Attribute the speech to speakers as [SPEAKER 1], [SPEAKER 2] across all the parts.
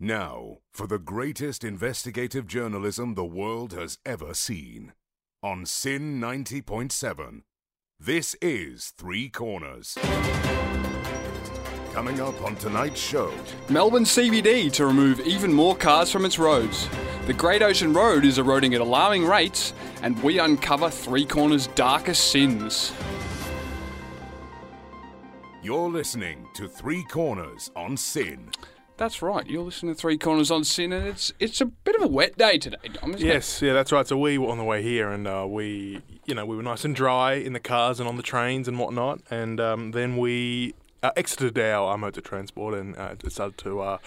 [SPEAKER 1] Now, for the greatest investigative journalism the world has ever seen. On Sin 90.7, this is Three Corners. Coming up on tonight's show,
[SPEAKER 2] Melbourne CBD to remove even more cars from its roads. The Great Ocean Road is eroding at alarming rates, and we uncover Three Corners' darkest sins.
[SPEAKER 1] you're listening to Three Corners on Sin.
[SPEAKER 2] That's right. You're listening to Three Corners on Sin, and it's it's a bit of a wet day today, Dom. Isn't
[SPEAKER 3] Yes, yeah, that's right. So we were on the way here, and uh, we, you know, we were nice and dry in the cars and on the trains and whatnot. And um, then we uh, exited our, our motor transport and uh, it started to uh,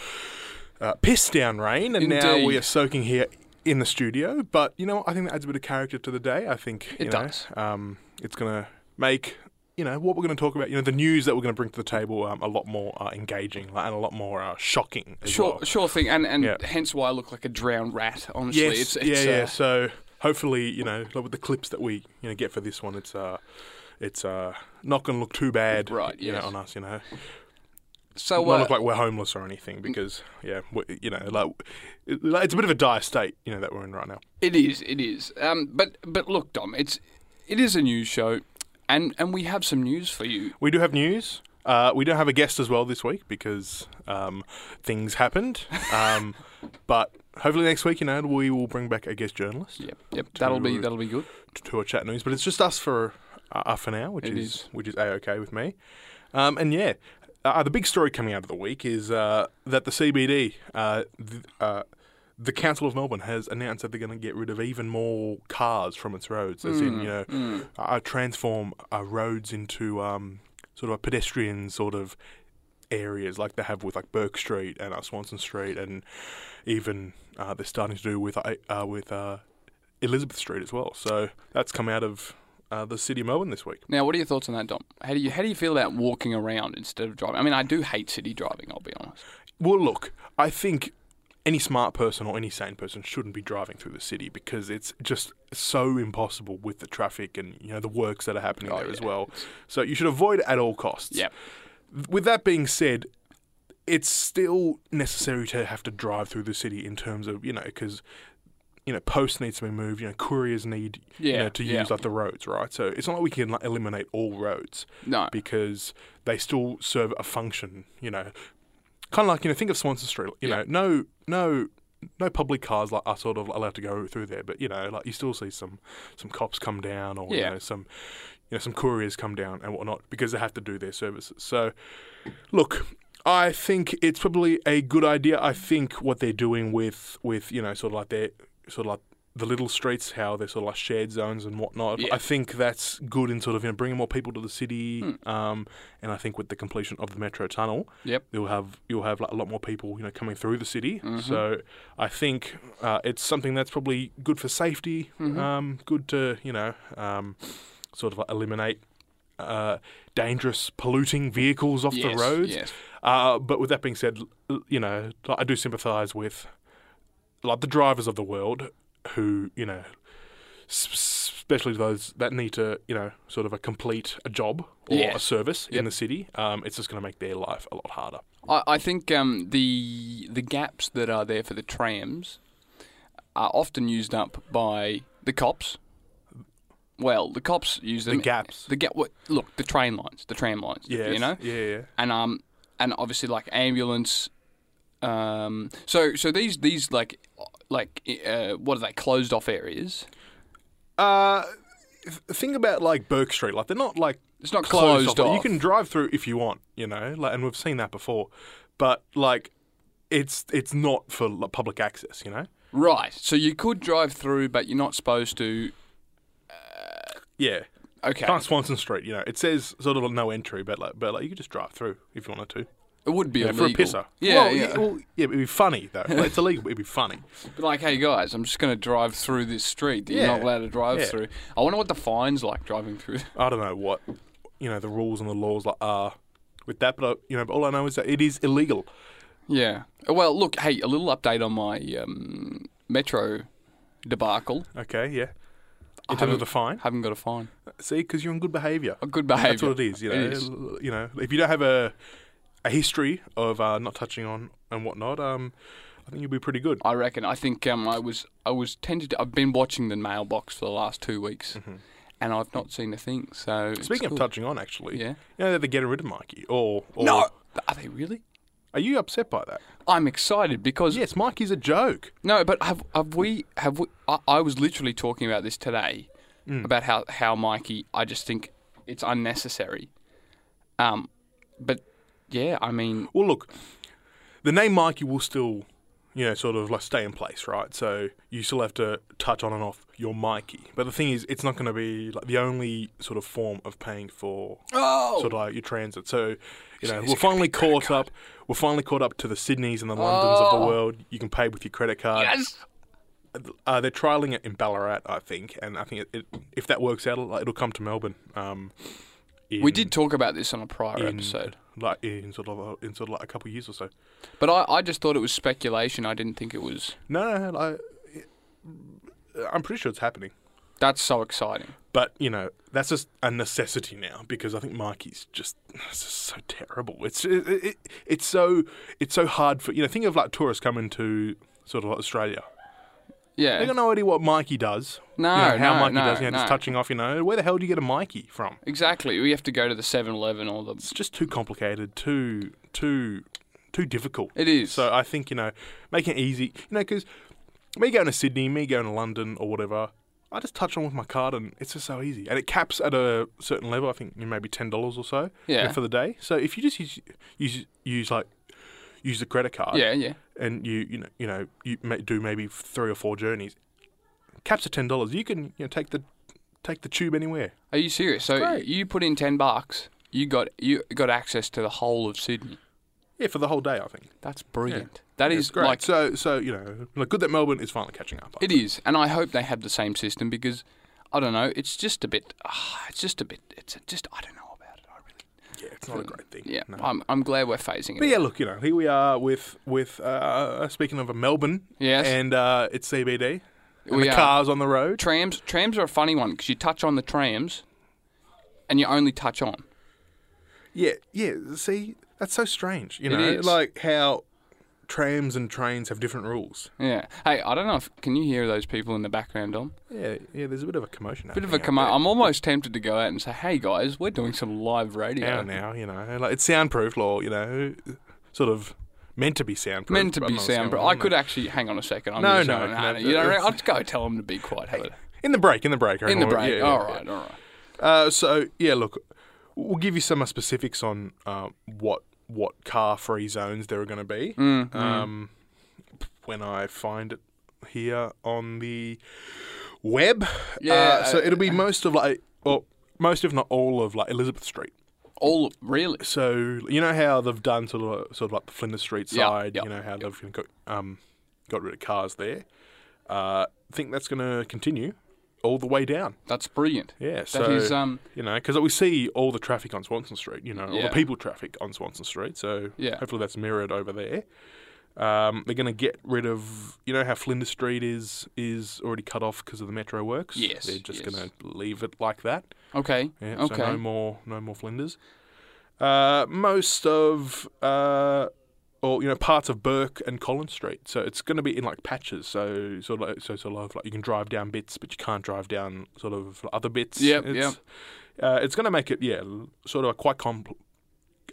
[SPEAKER 3] uh, piss down rain. And now
[SPEAKER 2] Indeed.
[SPEAKER 3] we are soaking here in the studio. But you know, what? I think that adds a bit of character to the day. I think
[SPEAKER 2] It
[SPEAKER 3] you know,
[SPEAKER 2] does.
[SPEAKER 3] Um, it's gonna make. You know what we're going to talk about. You know the news that we're going to bring to the table um, a lot more uh, engaging like, and a lot more uh, shocking.
[SPEAKER 2] it?
[SPEAKER 3] As
[SPEAKER 2] Sure,
[SPEAKER 3] well.
[SPEAKER 2] sure thing, and and
[SPEAKER 3] Yeah.
[SPEAKER 2] hence why I look like a drowned rat. Honestly,
[SPEAKER 3] Yes,
[SPEAKER 2] it's, it's
[SPEAKER 3] yeah,
[SPEAKER 2] uh,
[SPEAKER 3] yeah. So hopefully, you know, like with the clips that we you know get for this one, it's uh, it's uh, not going to look too bad,
[SPEAKER 2] Right,
[SPEAKER 3] You
[SPEAKER 2] yes.
[SPEAKER 3] know, on us, you know,
[SPEAKER 2] so
[SPEAKER 3] not
[SPEAKER 2] uh,
[SPEAKER 3] look like we're homeless or
[SPEAKER 2] Mm.
[SPEAKER 3] anything because yeah, we, you know, like it- like, it's a bit of a dire state, you know, that we're in right now.
[SPEAKER 2] It is. It is. Um, but but look, Dom, it's it is a news show, and and we have some news for you.
[SPEAKER 3] We do have news. Uh, we don't have a guest as well this week because um, things happened, um, but hopefully next week, you know, we will bring back a guest journalist.
[SPEAKER 2] Yep. Yep. That'll be
[SPEAKER 3] To-
[SPEAKER 2] that'll be good.
[SPEAKER 3] to a chat news, but it's just us for uh, uh, for now, which
[SPEAKER 2] It
[SPEAKER 3] is
[SPEAKER 2] is.
[SPEAKER 3] which is a okay with me. Um, and yeah, uh, the big story coming out of the week is uh, that the CBD, uh, th- uh, the Council of Melbourne, has announced that they're going to get rid of even more cars from its roads, as
[SPEAKER 2] Mm,
[SPEAKER 3] in you know, uh, transform uh, roads into um, sort of a pedestrian sort of areas like they have with like Burke Street and uh, Swanson Street, and even uh, they're starting to do with uh, uh, with uh, Elizabeth Street as well. So that's come out of uh, the city of Melbourne this week.
[SPEAKER 2] Now, what are your thoughts on that, Dom? How do you how do you feel about walking around instead of driving? I mean, I do hate city driving. I'll be honest.
[SPEAKER 3] Well, look, I think any smart person or any sane person shouldn't be driving through the city because it's just so impossible with the traffic and you know the works that are happening
[SPEAKER 2] Oh,
[SPEAKER 3] there as
[SPEAKER 2] yeah.
[SPEAKER 3] well. So you should avoid it at all costs.
[SPEAKER 2] Yep.
[SPEAKER 3] With that being said, it's still necessary to have to drive through the city in terms of you know because you know posts needs to be moved. You know couriers need you
[SPEAKER 2] Yeah,
[SPEAKER 3] know, to
[SPEAKER 2] yeah.
[SPEAKER 3] use like the roads, right? So it's not like we can like, eliminate all roads
[SPEAKER 2] No.
[SPEAKER 3] because they still serve a function. You know, kind of like you know think of Swanson Street. You
[SPEAKER 2] Yeah.
[SPEAKER 3] know, no, no. No public cars like are sort of allowed to go through there, but you know, like you still see some some cops come down, or
[SPEAKER 2] Yeah.
[SPEAKER 3] you know, some you know some couriers come down and whatnot because they have to do their services. So, look, I think it's probably a good idea. I think what they're doing with with you know sort of like their sort of like the little streets, how they're sort of like shared zones and whatnot.
[SPEAKER 2] Yeah.
[SPEAKER 3] I think that's good in sort of you know bringing more people to the city.
[SPEAKER 2] Hmm.
[SPEAKER 3] Um, and I think with the completion of the metro tunnel,
[SPEAKER 2] Yep.
[SPEAKER 3] you'll have you'll have like a lot more people you know coming through the city.
[SPEAKER 2] Mm-hmm.
[SPEAKER 3] So I think uh, it's something that's probably good for safety.
[SPEAKER 2] Mm-hmm.
[SPEAKER 3] Um, good to you know um, sort of like eliminate uh, dangerous polluting vehicles off
[SPEAKER 2] Yes,
[SPEAKER 3] the roads.
[SPEAKER 2] yes.
[SPEAKER 3] Uh, but with that being said, l- you know I do sympathise with like the drivers of the world who you know s- s- especially those that need to you know sort of a complete a job or
[SPEAKER 2] Yeah.
[SPEAKER 3] a service
[SPEAKER 2] Yep.
[SPEAKER 3] in the city um, it's just going to make their life a lot harder
[SPEAKER 2] I, I think um, the the gaps that are there for the trams are often used up by the cops. Well, the cops use them.
[SPEAKER 3] gaps.
[SPEAKER 2] The gap. Look, the train lines, the tram lines.
[SPEAKER 3] yeah
[SPEAKER 2] You know.
[SPEAKER 3] yeah yeah
[SPEAKER 2] and um and obviously like ambulance um so so these these like like uh what are they closed off areas
[SPEAKER 3] uh th- think about like Burke Street like they're not like
[SPEAKER 2] It's not closed
[SPEAKER 3] like,
[SPEAKER 2] off.
[SPEAKER 3] you can drive through if you want you know like and we've seen that before but like it's it's not for like, public access you know
[SPEAKER 2] right so you could drive through but you're not supposed to
[SPEAKER 3] yeah
[SPEAKER 2] okay
[SPEAKER 3] Kind of Swanson Street, you know, it says sort of no entry, but like, but like you could just drive through if you wanted to.
[SPEAKER 2] it would be
[SPEAKER 3] Yeah,
[SPEAKER 2] illegal
[SPEAKER 3] for a pisser.
[SPEAKER 2] yeah,
[SPEAKER 3] well,
[SPEAKER 2] yeah.
[SPEAKER 3] yeah. Well, yeah, but it'd be funny though. Like, it's illegal, but it'd be funny.
[SPEAKER 2] But like hey guys i'm just going to drive through this street that you're not
[SPEAKER 3] Yeah,
[SPEAKER 2] allowed to drive
[SPEAKER 3] yeah.
[SPEAKER 2] through i wonder what the fines like driving through
[SPEAKER 3] I don't know what you know the rules and the laws like are with that, but I, you know, but all I know is that it is illegal.
[SPEAKER 2] yeah well look hey a little update on my um metro debacle
[SPEAKER 3] Okay, yeah. In terms of the fine,
[SPEAKER 2] haven't got a fine
[SPEAKER 3] see, because you're on good behaviour.
[SPEAKER 2] a good behavior
[SPEAKER 3] That's what it is. You know,
[SPEAKER 2] It is.
[SPEAKER 3] you know, if you don't have a a history of uh, not touching on uh, and whatnot, um, I think you'll be pretty good.
[SPEAKER 2] I reckon. I think um, I was I was tended. To, I've been watching the mailbox for the last two weeks, and I've not seen a thing. So it's
[SPEAKER 3] Mm-hmm. Speaking
[SPEAKER 2] cool.
[SPEAKER 3] of touching on, actually,
[SPEAKER 2] Yeah.
[SPEAKER 3] you know that they're getting rid of Mikey. Or, or
[SPEAKER 2] no, are they really?
[SPEAKER 3] are you upset by that?
[SPEAKER 2] I'm excited because
[SPEAKER 3] Yes, Mikey's a joke.
[SPEAKER 2] no, but have have we have we? I, I was literally talking about this today
[SPEAKER 3] Mm.
[SPEAKER 2] about how how Mikey. I just think it's unnecessary. Um, but yeah, I mean,
[SPEAKER 3] Well, look, the name Mikey will still, you know, sort of like stay in place, right? So you still have to touch on and off your Mikey. But the thing is, it's not going to be like the only sort of form of paying for
[SPEAKER 2] oh,
[SPEAKER 3] sort of like your transit. So you know,
[SPEAKER 2] it's gonna
[SPEAKER 3] we're finally caught up. We're finally caught up to the Sydneys and the Londons of the world. You can pay with your credit card.
[SPEAKER 2] Oh. yes.
[SPEAKER 3] Uh, they're trialing it in Ballarat, I think, and I think it, it, if that works out, it'll, like, it'll come to Melbourne. Um,
[SPEAKER 2] We
[SPEAKER 3] in-
[SPEAKER 2] did talk about this on a prior
[SPEAKER 3] in-
[SPEAKER 2] episode,
[SPEAKER 3] like in sort of a- in sort of like a couple of years or so.
[SPEAKER 2] but I, I just thought it was speculation. I didn't think it was.
[SPEAKER 3] No, no, no, like, I'm pretty sure it's happening.
[SPEAKER 2] That's so exciting.
[SPEAKER 3] But you know, that's just a necessity now because I think Mikey's just it's just so terrible. It's it, it, it's so it's so hard for you know. Think of like tourists coming to sort of like Australia.
[SPEAKER 2] Yeah.
[SPEAKER 3] They got no idea what Mikey does.
[SPEAKER 2] No,
[SPEAKER 3] you know, how
[SPEAKER 2] no,
[SPEAKER 3] Mikey
[SPEAKER 2] no,
[SPEAKER 3] does. You know,
[SPEAKER 2] no.
[SPEAKER 3] just touching off. You know, where the hell do you get a Mikey from?
[SPEAKER 2] Exactly. We have to go to the 7-Eleven or the.
[SPEAKER 3] It's just too complicated. Too too too difficult.
[SPEAKER 2] It is.
[SPEAKER 3] So I think you know, make it easy. You know, because me going to Sydney, me going to London or whatever, I just touch on with my card and it's just so easy. And it caps at a certain level. I think you know, maybe ten dollars or so you know,
[SPEAKER 2] Yeah.
[SPEAKER 3] for the day. So if you just use use, use like use the credit card,
[SPEAKER 2] yeah, yeah.
[SPEAKER 3] and you you know you know you may do maybe three or four journeys, caps at ten dollars. You can you know take the take the tube anywhere.
[SPEAKER 2] Are you serious? So
[SPEAKER 3] great.
[SPEAKER 2] you put in 10 bucks, you got you got access to the whole of Sydney.
[SPEAKER 3] Yeah, for the whole day, I think.
[SPEAKER 2] That's brilliant. That is
[SPEAKER 3] It's great.
[SPEAKER 2] like
[SPEAKER 3] so, so you know, like good that Melbourne is finally catching up.
[SPEAKER 2] it is. And I hope they have the same system because I don't know, it's just a bit ah, it's just a bit it's just I don't know about it. I really
[SPEAKER 3] yeah, it's not a great thing.
[SPEAKER 2] Yeah.
[SPEAKER 3] No.
[SPEAKER 2] I'm I'm glad we're phasing
[SPEAKER 3] But
[SPEAKER 2] it.
[SPEAKER 3] yeah, look, you know, here we are with with uh, speaking of a Melbourne,
[SPEAKER 2] Yes.
[SPEAKER 3] and uh, it's CBD. And
[SPEAKER 2] We
[SPEAKER 3] the
[SPEAKER 2] are.
[SPEAKER 3] cars on the road.
[SPEAKER 2] Trams trams are a funny one because you touch on the trams and you only touch on.
[SPEAKER 3] Yeah, yeah. See, that's so strange. You
[SPEAKER 2] It
[SPEAKER 3] know,
[SPEAKER 2] is.
[SPEAKER 3] like how trams and trains have different rules.
[SPEAKER 2] Yeah. Hey, I don't know if can you hear those people in the background, Dom?
[SPEAKER 3] Yeah, yeah. There's a bit of a commotion.
[SPEAKER 2] Bit of a commo- I'm almost tempted to go out and say, "Hey guys, we're doing some live radio."
[SPEAKER 3] now, now, you know, like it's soundproof or you know, sort of meant to be soundproof.
[SPEAKER 2] Meant to
[SPEAKER 3] but
[SPEAKER 2] be
[SPEAKER 3] not
[SPEAKER 2] sound, but
[SPEAKER 3] soundproof,
[SPEAKER 2] I could
[SPEAKER 3] no.
[SPEAKER 2] actually hang on a second. I'm
[SPEAKER 3] No,
[SPEAKER 2] just
[SPEAKER 3] no,
[SPEAKER 2] going,
[SPEAKER 3] no,
[SPEAKER 2] You
[SPEAKER 3] no.
[SPEAKER 2] don't reckon- I'll just go tell them to be quiet. have it.
[SPEAKER 3] in the break, in the break, I
[SPEAKER 2] In the
[SPEAKER 3] reckon.
[SPEAKER 2] break.
[SPEAKER 3] Yeah, yeah,
[SPEAKER 2] all
[SPEAKER 3] yeah.
[SPEAKER 2] right, all right.
[SPEAKER 3] Uh, so yeah, look, we'll give you some uh, specifics on uh, what what car free zones there are going to be
[SPEAKER 2] Mm,
[SPEAKER 3] um, when I find it here on the web.
[SPEAKER 2] Yeah,
[SPEAKER 3] Uh, so
[SPEAKER 2] uh,
[SPEAKER 3] it'll be most of like, well, most if not all of like Elizabeth Street.
[SPEAKER 2] All really.
[SPEAKER 3] So you know how they've done sort of sort of like the Flinders Street
[SPEAKER 2] Yeah,
[SPEAKER 3] side.
[SPEAKER 2] yeah,
[SPEAKER 3] you know how they've got um, got rid of cars there. Uh, I think that's going to continue all the way down.
[SPEAKER 2] That's brilliant.
[SPEAKER 3] Yeah, so
[SPEAKER 2] That is, um,
[SPEAKER 3] you know, because we see all the traffic on Swanson Street, you know, all
[SPEAKER 2] Yeah.
[SPEAKER 3] the people traffic on Swanson Street. So
[SPEAKER 2] Yeah.
[SPEAKER 3] hopefully that's mirrored over there. Um, they're going to get rid of, you know, how Flinders Street is is already cut off because of the metro works.
[SPEAKER 2] Yes,
[SPEAKER 3] they're just
[SPEAKER 2] yes.
[SPEAKER 3] going to leave it like that.
[SPEAKER 2] Okay.
[SPEAKER 3] Yeah,
[SPEAKER 2] okay.
[SPEAKER 3] so no more, no more Flinders. Uh, most of, uh, or you know, parts of Burke and Collins Street. So it's going to be in like patches. So sort of, like- so sort of like you can drive down bits, but you can't drive down sort of other bits.
[SPEAKER 2] Yep,
[SPEAKER 3] it's, Uh, it's going to make it, yeah, l- sort of quite compl-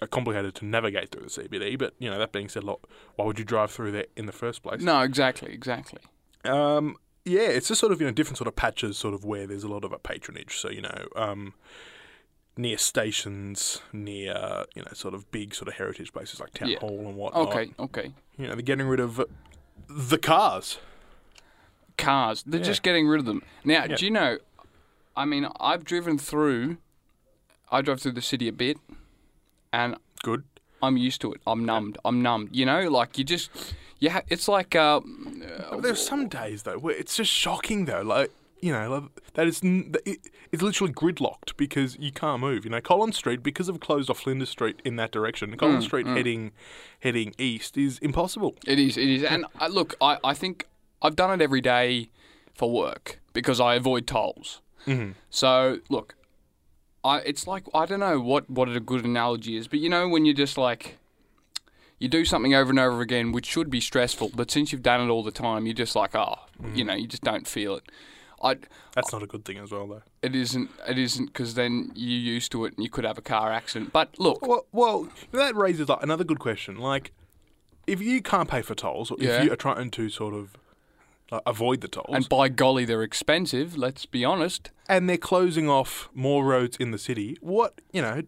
[SPEAKER 3] uh, complicated to navigate through the CBD. But you know, that being said, lot, why would you drive through there in the first place?
[SPEAKER 2] No, exactly, exactly.
[SPEAKER 3] Um, yeah, it's just sort of you know different sort of patches, sort of where there's a lot of a patronage. So you know, um, near stations, near you know sort of big sort of heritage places like town
[SPEAKER 2] Yeah.
[SPEAKER 3] hall and whatnot.
[SPEAKER 2] Okay, okay.
[SPEAKER 3] you know they're getting rid of the cars.
[SPEAKER 2] Cars. They're just getting rid of them. Now, do you know? I mean, I've driven through. I drove through the city a bit, and
[SPEAKER 3] Good.
[SPEAKER 2] I'm used to it. I'm numbed. I'm numbed. You know, like you just, you ha- it's like uh,
[SPEAKER 3] But there's some days though where it's just shocking though, like. You know, like, that is n- that it, it's literally gridlocked because you can't move. You know, Collins Street because of closed off Flinders Street in that direction.
[SPEAKER 2] Mm,
[SPEAKER 3] Collins Street heading heading east is impossible.
[SPEAKER 2] It is. It is. And I, look, I, I think I've done it every day for work because I avoid tolls. Mm-hmm. So look, I it's like I don't know what what a good analogy is, but you know when you're just like. you do something over and over again, which should be stressful, but since you've done it all the time, you're just like, oh, you know, you just don't feel it. I,
[SPEAKER 3] That's not a good thing as well, though.
[SPEAKER 2] it isn't, it isn't, because then you're used to it and you could have a car accident. But look,
[SPEAKER 3] Well, well that raises like, another good question. Like, if you can't pay for tolls, or
[SPEAKER 2] Yeah.
[SPEAKER 3] if you are trying to sort of like, avoid the tolls,
[SPEAKER 2] and
[SPEAKER 3] and,
[SPEAKER 2] by golly, they're expensive. Let's be honest.
[SPEAKER 3] they're closing off more roads in the city, what you know,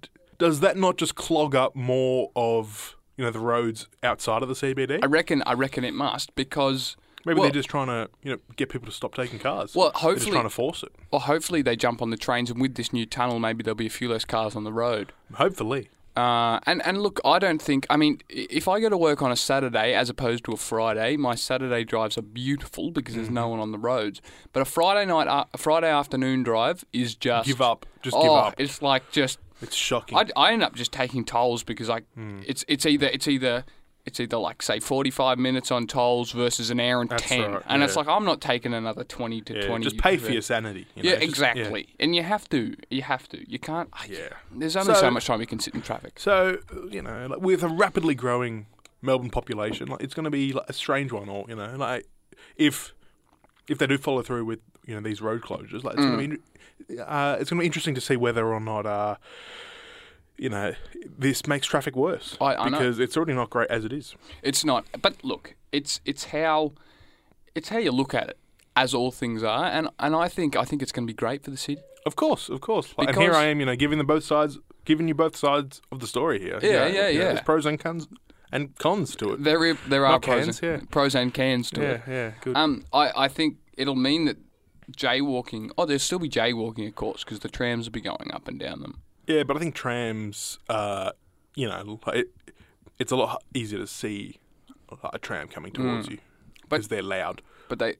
[SPEAKER 3] d- does that not just clog up more of you know the roads outside of the CBD?
[SPEAKER 2] I reckon, I reckon it must because
[SPEAKER 3] Maybe
[SPEAKER 2] well,
[SPEAKER 3] they're just trying to you know get people to stop taking cars.
[SPEAKER 2] Well,
[SPEAKER 3] They're just
[SPEAKER 2] hopefully-
[SPEAKER 3] trying to force it.
[SPEAKER 2] Well, hopefully they jump on the trains, and with this new tunnel, maybe there'll be a few less cars on the road.
[SPEAKER 3] Hopefully,
[SPEAKER 2] Uh, and and look, I don't think. I mean, i- if I go to work on a Saturday as opposed to a Friday, my Saturday drives are beautiful because there's
[SPEAKER 3] Mm-hmm.
[SPEAKER 2] no one on the roads. But a Friday night, uh, a a Friday afternoon drive is just
[SPEAKER 3] give up. Just
[SPEAKER 2] oh,
[SPEAKER 3] give up.
[SPEAKER 2] It's like just
[SPEAKER 3] It's shocking.
[SPEAKER 2] I, I end up just taking tolls because I
[SPEAKER 3] Hmm.
[SPEAKER 2] it's it's either it's either it's either like say 45 minutes on tolls versus an hour and
[SPEAKER 3] That's
[SPEAKER 2] 10
[SPEAKER 3] right,
[SPEAKER 2] and it's
[SPEAKER 3] yeah.
[SPEAKER 2] like I'm not taking another 20 to
[SPEAKER 3] Yeah,
[SPEAKER 2] 20
[SPEAKER 3] just pay for your sanity. you know,
[SPEAKER 2] yeah,
[SPEAKER 3] just- Ah,
[SPEAKER 2] exactly. And you have to. You have to. You can't.
[SPEAKER 3] Yeah.
[SPEAKER 2] There's only so,
[SPEAKER 3] So-
[SPEAKER 2] much time you can sit in traffic.
[SPEAKER 3] So you know, like with a rapidly growing Melbourne population, like it's going to be like a strange one, or you know, like if if they do follow through with you know these road closures, like it's
[SPEAKER 2] Mm.
[SPEAKER 3] going to be uh, it's going to be interesting to see whether or not uh, you know this makes traffic worse
[SPEAKER 2] I- I know.
[SPEAKER 3] because it's already not great as it is.
[SPEAKER 2] It's not. But look, it's it's how it's how you look at it, as all things are. And and I think I think it's going to be great for the city.
[SPEAKER 3] Of course, of course. Like, and here
[SPEAKER 2] Because-
[SPEAKER 3] I am, you know, giving the both sides, giving you both sides of the story here. you
[SPEAKER 2] Yeah,
[SPEAKER 3] know,
[SPEAKER 2] yeah,
[SPEAKER 3] you know,
[SPEAKER 2] yeah.
[SPEAKER 3] There's pros and cons and cons to it.
[SPEAKER 2] There i- there are
[SPEAKER 3] Not
[SPEAKER 2] pros,
[SPEAKER 3] cans,
[SPEAKER 2] and,
[SPEAKER 3] yeah.
[SPEAKER 2] pros and cans to
[SPEAKER 3] Yeah,
[SPEAKER 2] it.
[SPEAKER 3] yeah, good.
[SPEAKER 2] Um, I I think it'll mean that jaywalking. Oh, there'll still be jaywalking, of course, because the trams will be going up and down them.
[SPEAKER 3] Yeah, but I think trams, uh, you know, like, it, it's a lot easier to see a tram coming towards you
[SPEAKER 2] Mm. But-
[SPEAKER 3] because they're loud
[SPEAKER 2] But they.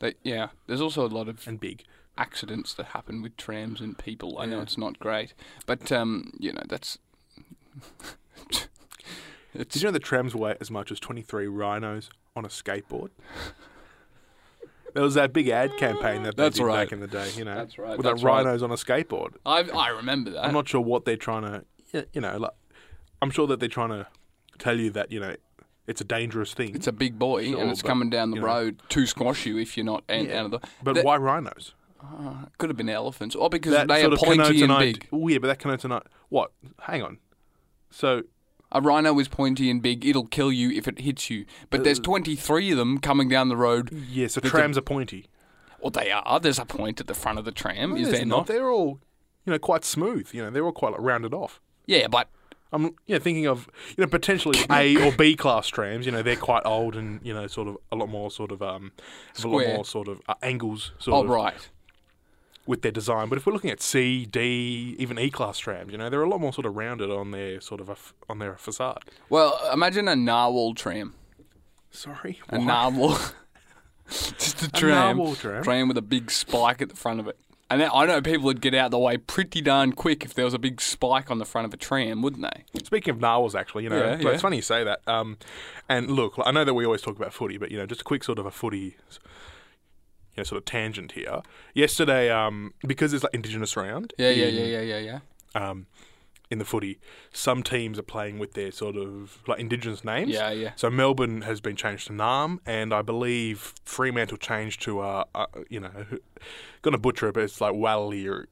[SPEAKER 2] They, yeah, there's also a lot of
[SPEAKER 3] and big.
[SPEAKER 2] accidents that happen with trams and people. I know it's not great, but um, you know that's. it's,
[SPEAKER 3] Did you know the trams weigh as much as 23 rhinos on a skateboard? There was that big ad campaign that they
[SPEAKER 2] That's
[SPEAKER 3] did
[SPEAKER 2] right.
[SPEAKER 3] back in the day, you know,
[SPEAKER 2] That's right,
[SPEAKER 3] with
[SPEAKER 2] that's
[SPEAKER 3] the
[SPEAKER 2] right.
[SPEAKER 3] rhinos on a skateboard.
[SPEAKER 2] I I remember that.
[SPEAKER 3] I'm not sure what they're trying to, y- you know, like, I'm sure that they're trying to tell you that, you know, it's a dangerous thing.
[SPEAKER 2] it's a big boy,
[SPEAKER 3] Sure,
[SPEAKER 2] and it's
[SPEAKER 3] but,
[SPEAKER 2] coming down the
[SPEAKER 3] you know.
[SPEAKER 2] road to squash you if you're not an-
[SPEAKER 3] Yeah.
[SPEAKER 2] out of the.
[SPEAKER 3] but
[SPEAKER 2] that-
[SPEAKER 3] why rhinos?
[SPEAKER 2] could have been elephants, or because
[SPEAKER 3] that
[SPEAKER 2] they are
[SPEAKER 3] sort of connotes
[SPEAKER 2] pointy
[SPEAKER 3] an
[SPEAKER 2] and
[SPEAKER 3] id-
[SPEAKER 2] big.
[SPEAKER 3] Oh, yeah, but that connotes an i- what? Hang on. So
[SPEAKER 2] A rhino is pointy and big. It'll kill you if it hits you. But
[SPEAKER 3] Uh.
[SPEAKER 2] there's 23 of them coming down the road.
[SPEAKER 3] yeah, so
[SPEAKER 2] The-
[SPEAKER 3] trams are pointy.
[SPEAKER 2] Well, they are. There's a point at the front of the tram. is
[SPEAKER 3] There's
[SPEAKER 2] there not?
[SPEAKER 3] They're all, you know, quite smooth. You know, they're all quite like, rounded off.
[SPEAKER 2] Yeah, but
[SPEAKER 3] I'm, you know, thinking of, you know, potentially A or B class trams. You know, they're quite old and you know, sort of a lot more sort of um, have a lot
[SPEAKER 2] Square.
[SPEAKER 3] more sort of uh, angles sort
[SPEAKER 2] oh
[SPEAKER 3] of
[SPEAKER 2] right.
[SPEAKER 3] with their design. But if we're looking at C, D, even E class trams, you know, they're a lot more sort of rounded on their sort of a f- on their facade.
[SPEAKER 2] Well, imagine a narwhal tram.
[SPEAKER 3] Sorry,
[SPEAKER 2] A
[SPEAKER 3] what?
[SPEAKER 2] narwhal. Just a tram.
[SPEAKER 3] narwhal tram?
[SPEAKER 2] with a big spike at the front of it. And then, I know people would get out of the way pretty darn quick if there was a big spike on the front of a tram, wouldn't they?
[SPEAKER 3] Speaking of narwhals, actually, you know,
[SPEAKER 2] Yeah,
[SPEAKER 3] like,
[SPEAKER 2] yeah.
[SPEAKER 3] it's funny you say that. Um, and look, like, I know that we always talk about footy, but you know, just a quick sort of a footy, you know, sort of tangent here. Yesterday, um, because it's like Indigenous round,
[SPEAKER 2] Yeah, yeah, yeah, yeah, yeah, yeah.
[SPEAKER 3] um, in the footy, some teams are playing with their sort of like Indigenous names.
[SPEAKER 2] Yeah, yeah.
[SPEAKER 3] So Melbourne has been changed to Nam, and I believe Fremantle changed to uh, uh you know, gonna butcher it, but it's like Wally or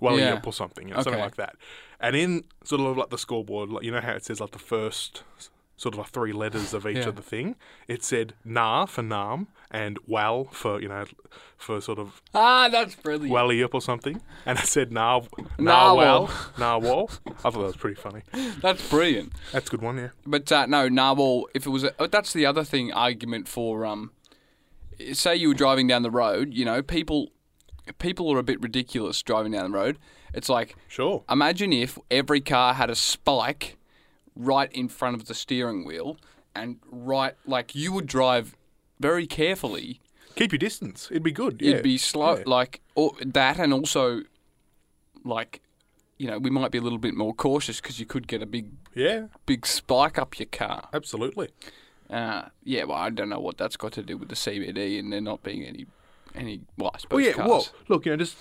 [SPEAKER 3] Wally
[SPEAKER 2] Yeah.
[SPEAKER 3] or something, you know, something
[SPEAKER 2] Okay.
[SPEAKER 3] like that. And in sort of like the scoreboard, like you know how it says like the first s- sort of like three letters of each
[SPEAKER 2] Yeah.
[SPEAKER 3] of the thing, it said Na for Nam and Wal for you know for sort of
[SPEAKER 2] Ah, that's brilliant.
[SPEAKER 3] Wally up or something, and I said Nah
[SPEAKER 2] Narwhal.
[SPEAKER 3] Narwhal Narwhal. I thought that was pretty funny.
[SPEAKER 2] that's brilliant.
[SPEAKER 3] That's a good one, yeah.
[SPEAKER 2] But uh, no, narwhal. If it was, a, oh, that's the other thing. Argument for um, say you were driving down the road. You know, people, people are a bit ridiculous driving down the road. It's like
[SPEAKER 3] Sure.
[SPEAKER 2] Imagine if every car had a spike right in front of the steering wheel and right like you would drive very carefully.
[SPEAKER 3] Keep your distance. It'd be good. yeah.
[SPEAKER 2] It'd be slow
[SPEAKER 3] Yeah.
[SPEAKER 2] like or that and also like you know, we might be a little bit more cautious because you could get a big
[SPEAKER 3] Yeah,
[SPEAKER 2] big spike up your car.
[SPEAKER 3] absolutely.
[SPEAKER 2] Uh, yeah, well, I don't know what that's got to do with the CBD and there not being any any. Well, I suppose.
[SPEAKER 3] Well, yeah.
[SPEAKER 2] cars.
[SPEAKER 3] Well, look, you know, just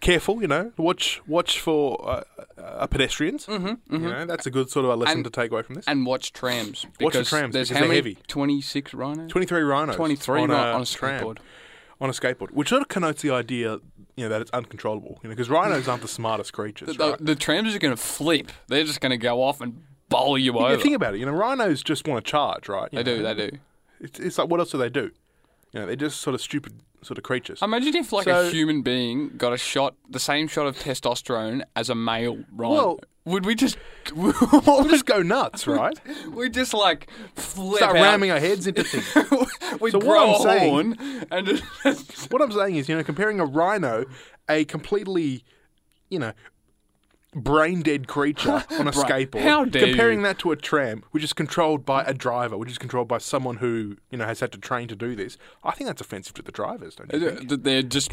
[SPEAKER 3] careful. You know, watch watch for uh, uh, pedestrians. Mm-hmm, You know, that's a good sort of a lesson
[SPEAKER 2] And-
[SPEAKER 3] to take away from this.
[SPEAKER 2] And watch trams.
[SPEAKER 3] the
[SPEAKER 2] because
[SPEAKER 3] trams,
[SPEAKER 2] There's
[SPEAKER 3] because
[SPEAKER 2] how
[SPEAKER 3] they're
[SPEAKER 2] many?
[SPEAKER 3] heavy.
[SPEAKER 2] Twenty-six rhinos.
[SPEAKER 3] Twenty-three rhinos.
[SPEAKER 2] 23
[SPEAKER 3] on a,
[SPEAKER 2] ri- on a
[SPEAKER 3] tram,
[SPEAKER 2] skateboard.
[SPEAKER 3] On a skateboard, which sort of connotes the idea, you know, that it's uncontrollable. You know, because rhinos aren't the smartest creatures.
[SPEAKER 2] The,
[SPEAKER 3] right?
[SPEAKER 2] the trams are going to flip. They're just going to go off and bowl you
[SPEAKER 3] Yeah,
[SPEAKER 2] over.
[SPEAKER 3] think about it. You know, rhinos just want to charge, right?
[SPEAKER 2] They do. They do.
[SPEAKER 3] It's, it's like, what else do they do? You know, they're just sort of stupid sort of creatures.
[SPEAKER 2] Imagine if like
[SPEAKER 3] So-
[SPEAKER 2] a human being got a shot, the same shot of testosterone as a male rhino.
[SPEAKER 3] Well-
[SPEAKER 2] would we just
[SPEAKER 3] we'll just go nuts, right?
[SPEAKER 2] we just like flip
[SPEAKER 3] Start
[SPEAKER 2] out.
[SPEAKER 3] ramming our heads into things.
[SPEAKER 2] we
[SPEAKER 3] So what
[SPEAKER 2] blow
[SPEAKER 3] I'm
[SPEAKER 2] a
[SPEAKER 3] saying-
[SPEAKER 2] horn and just,
[SPEAKER 3] what I'm saying is, you know, comparing a rhino, a completely, you know, brain dead creature on a skateboard,
[SPEAKER 2] how dare
[SPEAKER 3] comparing
[SPEAKER 2] you.
[SPEAKER 3] that to a tram, which is controlled by a driver, which is controlled by someone who you know has had to train to do this. I think that's offensive to the drivers, don't you? think?
[SPEAKER 2] they're just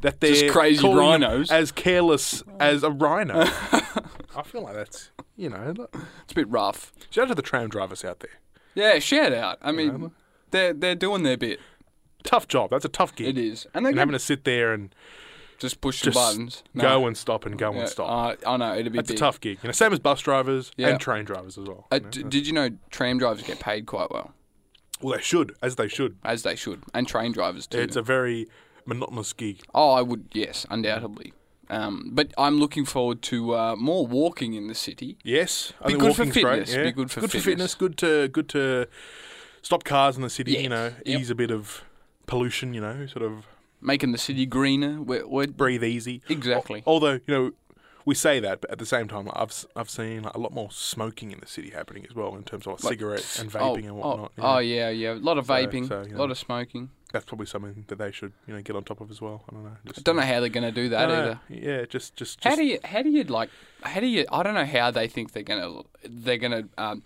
[SPEAKER 3] that they're
[SPEAKER 2] Just crazy
[SPEAKER 3] calling them
[SPEAKER 2] rhinos.
[SPEAKER 3] as careless as a rhino. I feel like that's you know. Look,
[SPEAKER 2] it's a bit rough.
[SPEAKER 3] shout out to the tram drivers out there.
[SPEAKER 2] Yeah, shout out. I mean, they're they're doing their bit.
[SPEAKER 3] Tough job. That's a tough gig.
[SPEAKER 2] It is, and they're
[SPEAKER 3] And having
[SPEAKER 2] gonna
[SPEAKER 3] to sit there and
[SPEAKER 2] just push
[SPEAKER 3] just
[SPEAKER 2] the buttons. No.
[SPEAKER 3] go and stop and go and stop.
[SPEAKER 2] Uh, I know it'd be
[SPEAKER 3] That's a
[SPEAKER 2] big.
[SPEAKER 3] tough gig. You know, same as bus drivers
[SPEAKER 2] Yeah.
[SPEAKER 3] and train drivers as well.
[SPEAKER 2] Uh,
[SPEAKER 3] you
[SPEAKER 2] d-
[SPEAKER 3] know.
[SPEAKER 2] did you know tram drivers get paid quite well,
[SPEAKER 3] well, they should, as they should.
[SPEAKER 2] as they should, and train drivers too.
[SPEAKER 3] It's a very monotonous gig.
[SPEAKER 2] Oh, I would, yes, undoubtedly. Um, but I'm looking forward to uh, more walking in the city.
[SPEAKER 3] Yes, I
[SPEAKER 2] Be
[SPEAKER 3] think
[SPEAKER 2] good for
[SPEAKER 3] walking's great,
[SPEAKER 2] fitness,
[SPEAKER 3] yeah.
[SPEAKER 2] be good for fitness.
[SPEAKER 3] Good to good to stop cars in the city. You
[SPEAKER 2] Yes,
[SPEAKER 3] know,
[SPEAKER 2] yep.
[SPEAKER 3] ease a bit of pollution. You know, sort of
[SPEAKER 2] Making the city greener. We're, we're,
[SPEAKER 3] breathe easy.
[SPEAKER 2] Exactly.
[SPEAKER 3] Al- although you know, we say that, but at the same time, I've s- I've seen like, a lot more smoking in the city happening as well in terms of like, cigarettes and
[SPEAKER 2] oh,
[SPEAKER 3] vaping and
[SPEAKER 2] oh,
[SPEAKER 3] whatnot. you know.
[SPEAKER 2] oh, yeah, yeah. A lot of vaping,
[SPEAKER 3] so,
[SPEAKER 2] a
[SPEAKER 3] you know.
[SPEAKER 2] lot of smoking.
[SPEAKER 3] That's probably something that they should you know get on top of as well. I don't know. Just,
[SPEAKER 2] I don't know how they're going to do that
[SPEAKER 3] No, no,
[SPEAKER 2] either.
[SPEAKER 3] Yeah, just just,
[SPEAKER 2] How
[SPEAKER 3] just
[SPEAKER 2] do you? How do you like? How do you? I don't know how they think they're gonna. They're gonna. Um,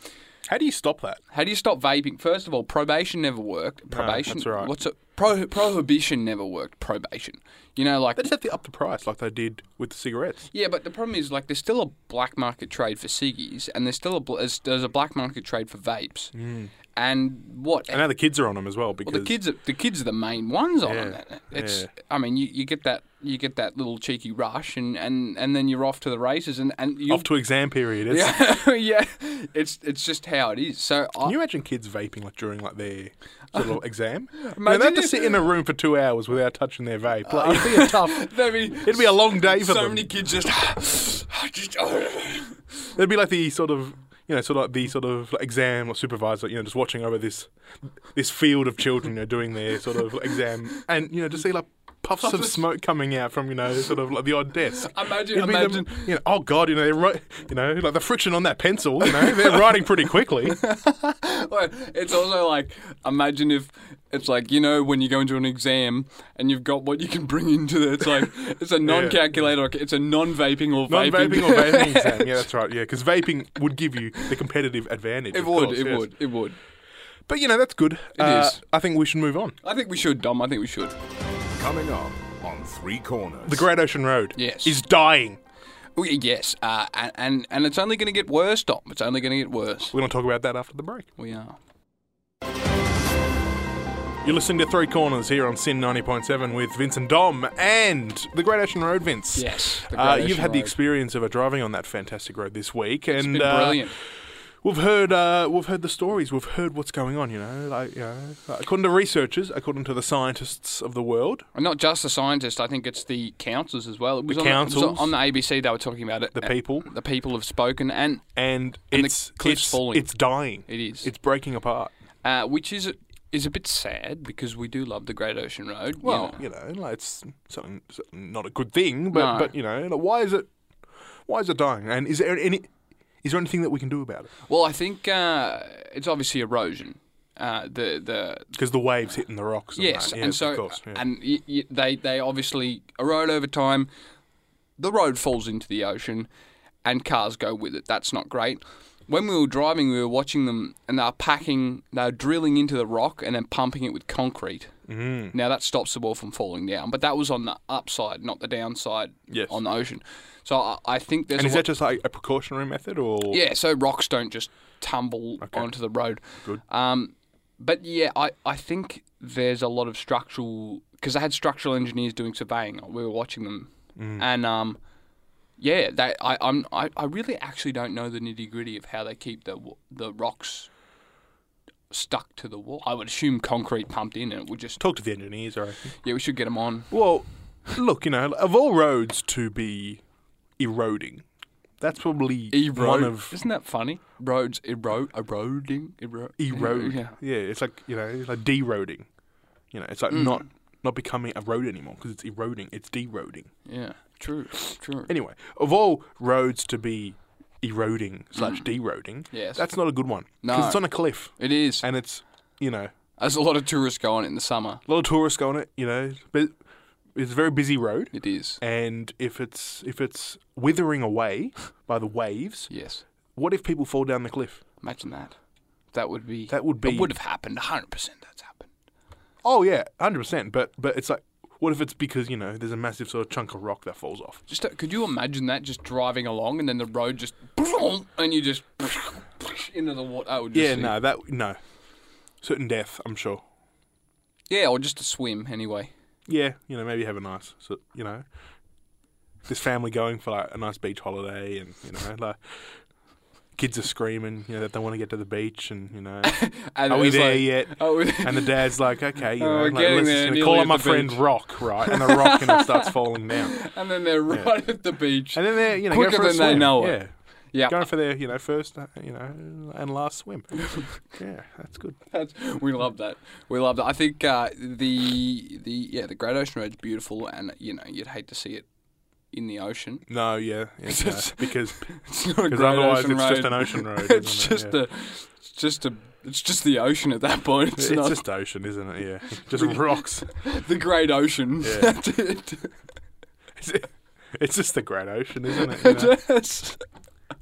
[SPEAKER 3] how do you stop that?
[SPEAKER 2] how do you stop vaping? First of all, probation never worked. Probation.
[SPEAKER 3] Ah, that's right.
[SPEAKER 2] What's it? Pro, prohibition never worked. Probation. You know, like
[SPEAKER 3] They just have to up the price like they did with the cigarettes.
[SPEAKER 2] Yeah, but the problem is like there's still a black market trade for ciggies, and there's still a bl- there's, there's a black market trade for vapes. Mm. And what?
[SPEAKER 3] Hmm. And now the kids are on them as well because
[SPEAKER 2] well, the kids are the kids are the main ones on
[SPEAKER 3] Yeah,
[SPEAKER 2] it. It's I mean you, you get that you get that little cheeky rush, and, and, and then you're off to the races, and and you
[SPEAKER 3] off to exam period. It's,
[SPEAKER 2] yeah yeah it's it's just how it is. So I,
[SPEAKER 3] Can you imagine kids vaping like during like their sort of exam? You know, they
[SPEAKER 2] Imagine
[SPEAKER 3] have to
[SPEAKER 2] if- Uh,
[SPEAKER 3] sit in a room for two hours without touching their vape. Like, it'd be a tough.
[SPEAKER 2] I mean,
[SPEAKER 3] It'd be a long day for
[SPEAKER 2] so
[SPEAKER 3] them.
[SPEAKER 2] many kids just just
[SPEAKER 3] It'd be like the sort of you know, sort of like the sort of like exam or supervisor, you know, just watching over this this field of children, you know, doing their sort of exam, and you know, just see like puffs of smoke coming out from you know, sort of like the odd desk.
[SPEAKER 2] Imagine-
[SPEAKER 3] It'd be them-
[SPEAKER 2] imagine-
[SPEAKER 3] you know, oh god, you know, they're ri- you know, like the friction on that pencil, you know, they're writing pretty quickly.
[SPEAKER 2] Well, it's also like imagine if it's like you know when you go into an exam and you've got what you can bring into it. It's like it's a non-calculator. It's a non-vaping or vaping.
[SPEAKER 3] Non-vaping or vaping exam, yeah, that's right, yeah, because vaping would give you the competitive advantage.
[SPEAKER 2] it
[SPEAKER 3] of
[SPEAKER 2] would.
[SPEAKER 3] course,
[SPEAKER 2] it
[SPEAKER 3] yes.
[SPEAKER 2] would. It would.
[SPEAKER 3] But you know, that's good. It is.
[SPEAKER 2] is.
[SPEAKER 3] I think we should move on.
[SPEAKER 2] I think we should, Dom. I think we should.
[SPEAKER 1] Coming up on Three Corners.
[SPEAKER 3] The Great Ocean Road
[SPEAKER 2] Yes.
[SPEAKER 3] is dying.
[SPEAKER 2] Oh, y- yes, uh, and, and and it's only going to get worse, Dom. It's only going to get worse.
[SPEAKER 3] We're going to talk about that after the break.
[SPEAKER 2] We are.
[SPEAKER 3] You're listening to Three Corners here on Sin 90.7 with Vince and Dom and the Great Ocean Road, Vince.
[SPEAKER 2] Yes. the
[SPEAKER 3] Uh,
[SPEAKER 2] Great
[SPEAKER 3] you've
[SPEAKER 2] Ocean
[SPEAKER 3] had the
[SPEAKER 2] Road.
[SPEAKER 3] experience of uh, driving on that fantastic road this week, and
[SPEAKER 2] It's been
[SPEAKER 3] uh,
[SPEAKER 2] brilliant.
[SPEAKER 3] we've heard uh, we've heard the stories, we've heard what's going on. You know, like you know, according to researchers, according to the scientists of the world,
[SPEAKER 2] And not just the scientists. I think it's the councils as well. It was on it was
[SPEAKER 3] councils.
[SPEAKER 2] on the ABC. They were talking about it.
[SPEAKER 3] the people,
[SPEAKER 2] The people have spoken, and
[SPEAKER 3] and,
[SPEAKER 2] the
[SPEAKER 3] it's
[SPEAKER 2] cliff's
[SPEAKER 3] it's,
[SPEAKER 2] falling.
[SPEAKER 3] it's dying.
[SPEAKER 2] it is.
[SPEAKER 3] It's breaking apart.
[SPEAKER 2] uh, which is is a bit sad because we do love the Great Ocean Road. you
[SPEAKER 3] Well,
[SPEAKER 2] know.
[SPEAKER 3] you know, like it's something, something not a good thing, but
[SPEAKER 2] No.
[SPEAKER 3] but you know, like, why is it why is it dying? And is there any is there anything that we can do about it?
[SPEAKER 2] well, I think uh, it's obviously erosion. Uh, the the
[SPEAKER 3] Because the waves hitting the rocks. And
[SPEAKER 2] yes,
[SPEAKER 3] that.
[SPEAKER 2] and so
[SPEAKER 3] of course, yeah.
[SPEAKER 2] and y- y- they they obviously erode over time. The road falls into the ocean, and cars go with it. That's not great. When we were driving, we were watching them, and they were packing, they were drilling into the rock and then pumping it with concrete. Mm.
[SPEAKER 3] Mm-hmm.
[SPEAKER 2] Now that stops the wall from falling down, but that was on the upside, not the downside
[SPEAKER 3] Yes.
[SPEAKER 2] on the ocean. So I, I think there's
[SPEAKER 3] And
[SPEAKER 2] a
[SPEAKER 3] is
[SPEAKER 2] lot-
[SPEAKER 3] that just like a precautionary method, or
[SPEAKER 2] Yeah, so rocks don't just tumble onto the road.
[SPEAKER 3] Good.
[SPEAKER 2] Um, But yeah, I, I think there's a lot of structural because I had structural engineers doing surveying. We were watching them,
[SPEAKER 3] Mm.
[SPEAKER 2] and um, yeah, they, I I'm I, I really actually don't know the nitty gritty of how they keep the wa- the rocks stuck to the wall. I would assume concrete pumped in, and it would just
[SPEAKER 3] Talk to the engineers, I reckon.
[SPEAKER 2] yeah. We should get them on.
[SPEAKER 3] Well, look, you know, of all roads to be eroding, that's probably one
[SPEAKER 2] Erode.
[SPEAKER 3] of
[SPEAKER 2] Isn't that funny? Roads erode, eroding, erode,
[SPEAKER 3] erode.
[SPEAKER 2] Yeah.
[SPEAKER 3] Yeah. it's like you know, it's like deroding. You know, it's
[SPEAKER 2] Mm.
[SPEAKER 3] like not not becoming a road anymore because it's eroding. It's deroding.
[SPEAKER 2] Yeah, true, true.
[SPEAKER 3] Anyway, of all roads to be eroding slash deroding,
[SPEAKER 2] Mm. Yes.
[SPEAKER 3] that's not a good one
[SPEAKER 2] No.
[SPEAKER 3] because it's on a cliff
[SPEAKER 2] It is.
[SPEAKER 3] and it's you know
[SPEAKER 2] There's a lot of tourists go on it in the summer.
[SPEAKER 3] a lot of tourists go on it. You know, but it's a very busy road.
[SPEAKER 2] It is.
[SPEAKER 3] And if it's if it's withering away by the waves,
[SPEAKER 2] Yes.
[SPEAKER 3] what if people fall down the cliff?
[SPEAKER 2] Imagine that. That would be.
[SPEAKER 3] That would be-
[SPEAKER 2] It would have happened. 100% that's happened.
[SPEAKER 3] Oh yeah, hundred percent. But but it's like, what if it's because you know there's a massive sort of chunk of rock that falls off?
[SPEAKER 2] Just uh, could you imagine that just driving along and then the road just and you just into the water. That would just
[SPEAKER 3] yeah,
[SPEAKER 2] be-
[SPEAKER 3] no, that no, certain death, I'm sure.
[SPEAKER 2] Yeah, or just a swim anyway.
[SPEAKER 3] Yeah, you know maybe have a nice, so, you know, this family going for like a nice beach holiday, and you know like. Kids are screaming, you know, that they want to get to the beach, and you know,
[SPEAKER 2] And
[SPEAKER 3] are
[SPEAKER 2] it
[SPEAKER 3] we
[SPEAKER 2] was
[SPEAKER 3] there
[SPEAKER 2] like-
[SPEAKER 3] yet?
[SPEAKER 2] Oh,
[SPEAKER 3] And the dad's like, okay, you
[SPEAKER 2] Oh,
[SPEAKER 3] know,
[SPEAKER 2] we're
[SPEAKER 3] like,
[SPEAKER 2] getting
[SPEAKER 3] let's
[SPEAKER 2] there,
[SPEAKER 3] just gonna
[SPEAKER 2] nearly
[SPEAKER 3] call
[SPEAKER 2] at
[SPEAKER 3] up my
[SPEAKER 2] the
[SPEAKER 3] friend
[SPEAKER 2] beach.
[SPEAKER 3] Rock, right? And the rock and it starts falling down,
[SPEAKER 2] and then they're right at the beach.
[SPEAKER 3] and then they're you know
[SPEAKER 2] Quicker
[SPEAKER 3] go for a
[SPEAKER 2] than they
[SPEAKER 3] swim.
[SPEAKER 2] know it.
[SPEAKER 3] Yeah,
[SPEAKER 2] yeah,
[SPEAKER 3] going for their you know first uh, you know and last swim. yeah, that's good.
[SPEAKER 2] That's, we love that. We love that. I think uh, the the yeah the Great Ocean Road's beautiful, and you know you'd hate to see it in the ocean.
[SPEAKER 3] No, yeah, yeah, no,
[SPEAKER 2] It's-
[SPEAKER 3] because
[SPEAKER 2] It's not a
[SPEAKER 3] because
[SPEAKER 2] Great
[SPEAKER 3] otherwise
[SPEAKER 2] Ocean
[SPEAKER 3] it's
[SPEAKER 2] Road.
[SPEAKER 3] just an ocean
[SPEAKER 2] it's
[SPEAKER 3] road.
[SPEAKER 2] just
[SPEAKER 3] isn't it? yeah.
[SPEAKER 2] a, it's just a, it's just the ocean at that point. It's,
[SPEAKER 3] it's
[SPEAKER 2] not
[SPEAKER 3] just ocean, isn't it? Yeah, just rocks.
[SPEAKER 2] the Great Ocean.
[SPEAKER 3] Yeah.
[SPEAKER 2] That's it.
[SPEAKER 3] It's just the great ocean, isn't it? you know?
[SPEAKER 2] That's-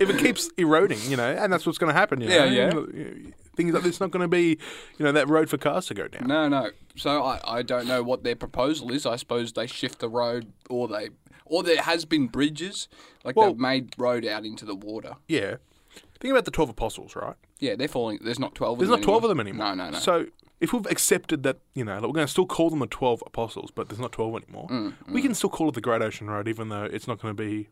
[SPEAKER 3] if it keeps eroding, you know, and that's what's going to happen. You know?
[SPEAKER 2] Yeah,
[SPEAKER 3] yeah. Things like this not going to be, you know, that road for cars to go down.
[SPEAKER 2] no, no. So I, I don't know what their proposal is. I suppose they shift the road, or they, or there has been bridges, like
[SPEAKER 3] Well-
[SPEAKER 2] they've made road out into the water.
[SPEAKER 3] Yeah. Think about the twelve apostles, right?
[SPEAKER 2] Yeah, they're falling. There's not twelve.
[SPEAKER 3] There's
[SPEAKER 2] of them
[SPEAKER 3] not twelve
[SPEAKER 2] anymore.
[SPEAKER 3] of them anymore.
[SPEAKER 2] No, no, no.
[SPEAKER 3] So if we've accepted that, you know, like we're going to still call them the twelve apostles, but there's not twelve anymore,
[SPEAKER 2] Mm,
[SPEAKER 3] we can still call it the Great Ocean Road, even though it's not going to be